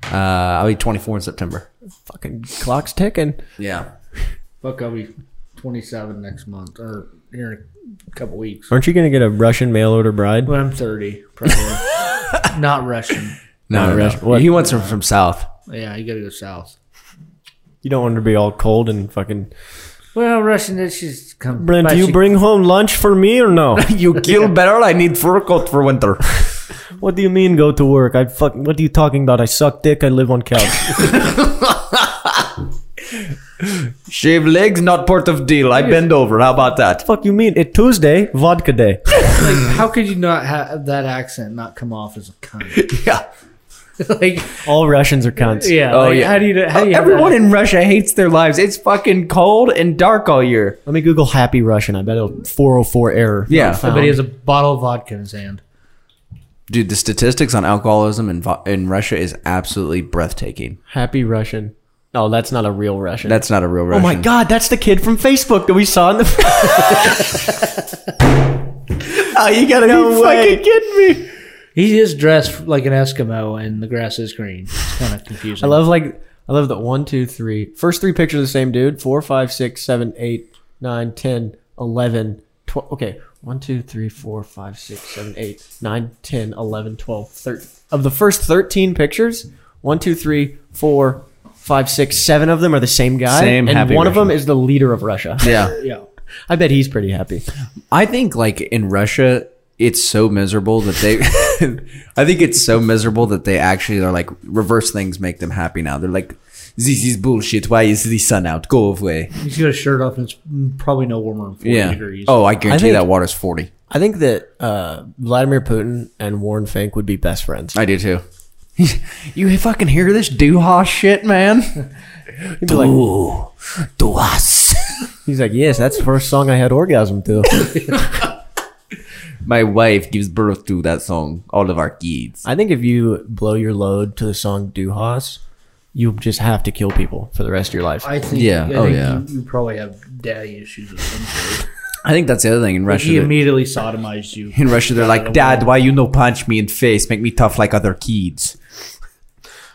A: Uh, I'll be 24 in September.
B: Fucking clock's ticking.
A: Yeah.
C: fuck, I'll be 27 next month or here in a couple weeks.
B: Aren't you gonna get a Russian mail order bride?
C: When I'm 30, probably not Russian.
A: No, no,
B: Rush-
A: no.
B: what?
A: He wants her from South.
C: Yeah, you got to go south.
B: You don't want her to be all cold and fucking.
C: Well, Russian, it's just come.
B: Brent,
C: but
B: do you
C: she-
B: bring home lunch for me or no?
A: you kill better. I need fur coat for winter.
B: What do you mean go to work? I fuck. What are you talking about? I suck dick. I live on couch.
A: Shave legs, not part of deal. I bend over. How about that?
B: fuck you mean? It Tuesday, vodka day.
C: Like, how could you not have that accent not come off as a cunt?
A: Yeah.
C: like,
B: All Russians are cunts.
C: yeah.
A: Oh,
C: like,
A: yeah.
C: How do you? How do you have
A: Everyone
C: that-
A: in Russia hates their lives. It's fucking cold and dark all year.
B: Let me Google happy Russian. I bet it'll 404 error.
A: Yeah.
B: Not found.
C: But he has a bottle of vodka in his hand.
A: Dude, the statistics on alcoholism in vo- in Russia is absolutely breathtaking.
B: happy Russian. No, that's not a real Russian.
A: That's not a real
B: Oh
A: Russian.
B: my God, that's the kid from Facebook that we saw in the.
A: Oh, you gotta
B: No way.
A: kidding me!
C: He is dressed like an Eskimo, and the grass is green. It's kind of confusing.
B: I love like I love that one, two, three. First three pictures of the same dude. Four, five, six, seven, eight, nine, ten, eleven, twelve. Okay, one, two, three, four, five, six, seven, eight, nine, ten, eleven, twelve, thirteen. Of the first thirteen pictures, one, two, three, four, five, six, seven of them are the same guy.
A: Same
B: and
A: happy
B: one of
A: Russian.
B: them is the leader of Russia.
A: Yeah,
C: Yeah.
B: I bet he's pretty happy.
A: I think like in Russia, it's so miserable that they. I think it's so miserable that they actually are like reverse things make them happy now. They're like, this is bullshit. Why is the sun out? Go away.
C: He's got a shirt off, and it's probably no warmer than 40
A: Yeah.
C: degrees.
A: Oh, I guarantee
B: I think-
A: that water's forty.
B: I think that uh, Vladimir Putin and Warren Fink would be best friends.
A: I do too. you fucking hear this dooha shit, man?
B: He'd be like-
A: Ooh, doohas.
B: he's like, yes, that's the first song I had orgasm to.
A: My wife gives birth to that song, all of our kids.
B: I think if you blow your load to the song Duhas, you just have to kill people for the rest of your life.
C: I think.
A: Yeah.
C: I
A: Oh,
C: think
A: yeah.
C: You, you probably have daddy issues of some sort.
A: I think that's the other thing in Russia.
C: He
A: that-
C: immediately sodomized you.
A: in Russia, they're like, "Dad, why you no punch me in face? Make me tough like other kids."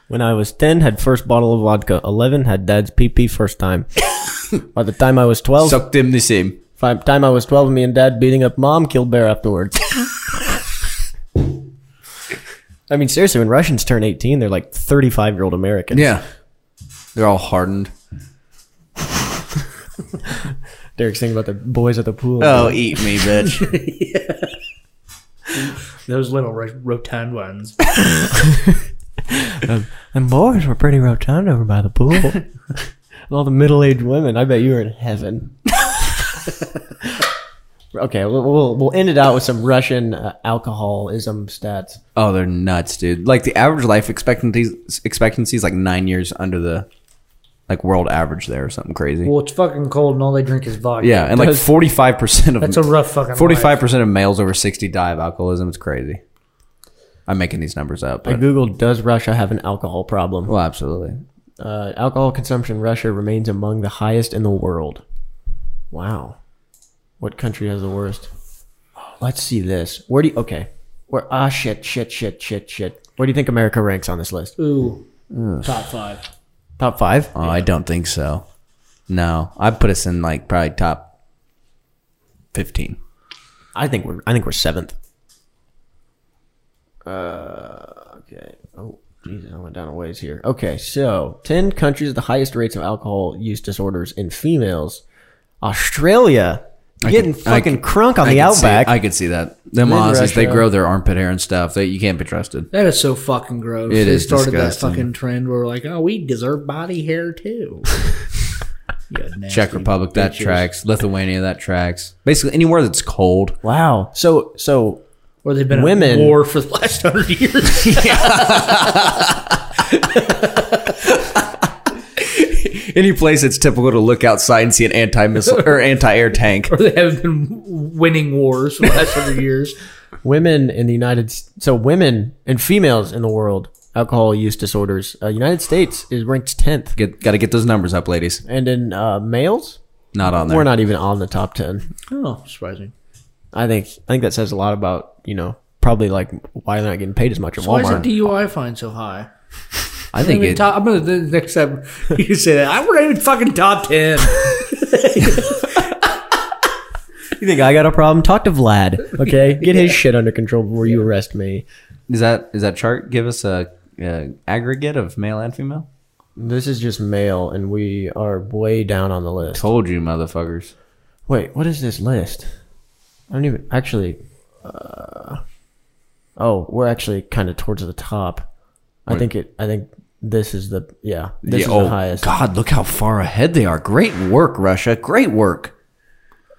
B: When I was 10, had first bottle of vodka. 11, had dad's pee pee first time. By the time I was 12,
A: Suck them the same.
B: by the time I was 12, me and dad beating up mom killed bear afterwards. I mean, seriously, when Russians turn 18, they're like 35 year old Americans.
A: Yeah, they're all hardened.
B: Derek's thinking about the boys at the pool.
A: Oh, eat me, bitch.
C: Those little ro- rotund ones.
B: And boys were pretty rotund over by the pool. and all the middle aged women, I bet you were in heaven. okay, we'll, we'll, we'll end it out with some Russian uh, alcoholism stats.
A: oh, they're nuts, dude. Like the average life expectancy expectancy is like nine years under the like world average there or something crazy.
C: Well, it's fucking cold, and all they drink is vodka.
A: yeah, and like
B: does-
A: forty five percent of
C: That's a rough fucking. life.
A: forty five percent of males over sixty die of alcoholism. It's crazy. I'm making these numbers up.
B: I
A: But,
B: googled, does Russia have an alcohol problem?
A: well, absolutely.
B: Uh, alcohol consumption in Russia remains among the highest in the world. Wow. What country has the worst? Let's see this. Where do you, okay. Where, ah, shit, shit, shit, shit, shit. Where do you think America ranks on this list?
C: Ooh. Top five.
B: Top five?
A: Oh, I don't think so. No, I'd put us in like probably top fifteen.
B: I think we're I think we're seventh. Uh, okay. Oh, Jesus, I went down a ways here. Okay, so ten countries with the highest rates of alcohol use disorders in females. Australia getting
A: can- I
B: fucking crunk on
A: I
B: the
A: could see-
B: outback.
A: I could see that. Them
B: Then
A: Aussies, they
B: Russia.
A: grow their armpit hair and stuff. They, you can't be trusted.
C: That is so fucking gross.
A: It
C: They
A: is
C: started
A: disgusting.
C: that fucking trend where like, oh, we deserve body hair too. You nasty
A: Czech Republic, that
C: bitches.
A: tracks. Lithuania, that tracks. Basically, anywhere that's cold.
B: wow. So so
C: Or they've been
B: Women-
C: at war for the last hundred years.
A: Any place it's typical to look outside and see an anti missile or anti air tank.
C: or they have been winning wars for the last hundred years.
B: women in the United S- so women and females in the world alcohol use disorders. Uh, United States is ranked tenth,
A: Get, gotta get those numbers up, ladies.
B: and in uh, males
A: Not on there.
B: we're not even on the top ten.
C: Oh, surprising.
B: I think I think that says a lot about you know probably like why they're not getting paid as much at
C: Why is the
B: Walmart.
C: DUI fine so high?
A: I
C: I'm
A: think
C: gonna
A: it,
C: top, I'm gonna the next time you say that I'm not even fucking top ten.
B: You think I got a problem? Talk to Vlad, okay? Get his shit under control before you arrest me.
A: is that is that chart give us a, a aggregate of male and female?
B: This is just male, and we are way down on the list.
A: Told you, motherfuckers.
B: Wait, what is this list? I don't even actually. Uh, oh, we're actually kind of towards the top. I think it. I think this is the yeah. This
A: Yeah, oh,
B: is the highest.
A: God, look how far ahead they are. Great work, Russia. Great work.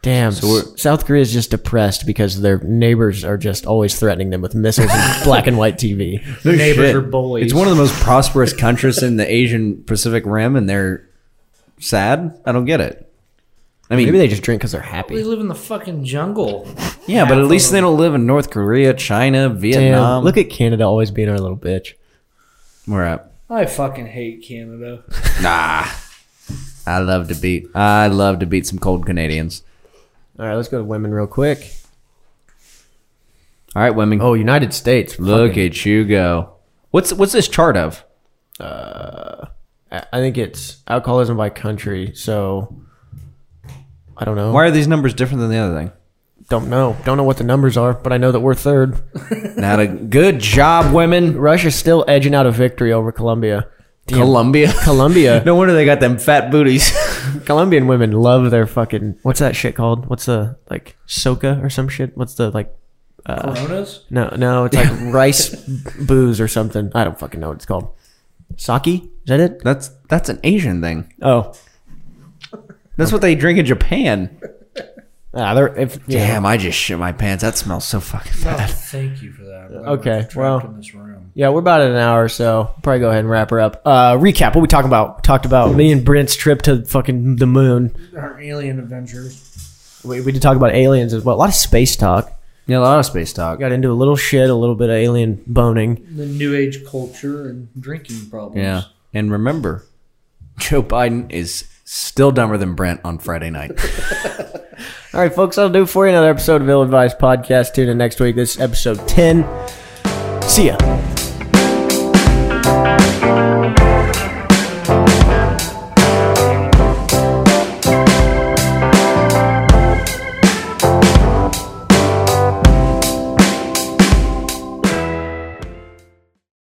B: Damn. S- South Korea is just depressed because their neighbors are just always threatening them with missiles and black and white TV.
C: Their neighbors are bullies.
A: It's one of the most prosperous countries in the Asian Pacific Rim, and they're sad. I don't get it. I mean,
B: Maybe they just drink because they're
C: We
B: happy.
C: live in the fucking jungle.
A: yeah, but at least they don't live in North Korea, China, Vietnam.
B: Damn, look at Canada always being our little bitch.
A: we're up.
C: I fucking hate Canada.
A: Nah, I love to beat. I love to beat some cold Canadians.
B: All right, let's go to women real quick.
A: All right, women,
B: Oh, United States.
A: look
B: Fucking-
A: at you go. What's what's this chart of?
B: Uh, I I think it's alcoholism by country. So I don't know.
A: Why are these numbers different than the other thing?
B: Don't know. Don't know what the numbers are, but I know that we're third.
A: Not a good job, women.
B: Russia's still edging out a victory over Colombia.
A: Colombia.
B: Colombia.
A: no wonder they got them fat booties.
B: Colombian women love their fucking. What's that shit called? What's the like soca or some shit? What's the like?
A: Uh,
C: Coronas?
B: No, no, it's like rice booze or something. I don't fucking know what it's called. Sake? Is that it?
A: that's that's an Asian thing.
B: Oh,
A: That's what they drink in Japan.
B: ah, they're if yeah.
A: Damn, I just shit my pants. That smells so fucking
C: Oh,
A: bad.
C: thank you for that. I'm
B: Okay,
C: trapped
B: well.
C: in this room.
B: Yeah, we're about at an hour, so probably go ahead and wrap her up. Uh, recap what we talking about. Talked about me and Brent's trip to fucking the moon.
C: Our alien adventures.
B: We, we did talk about aliens as well. A lot of space talk.
A: Yeah, a lot of space talk.
B: Got into a little shit, a little bit of alien boning.
C: The new age culture and drinking problems.
A: Yeah. And remember, Joe Biden is still dumber than Brent on Friday night.
B: All right, folks, that'll do it for you. Another episode of Ill Advised Podcast. Tune in next week. This is episode 10. See ya.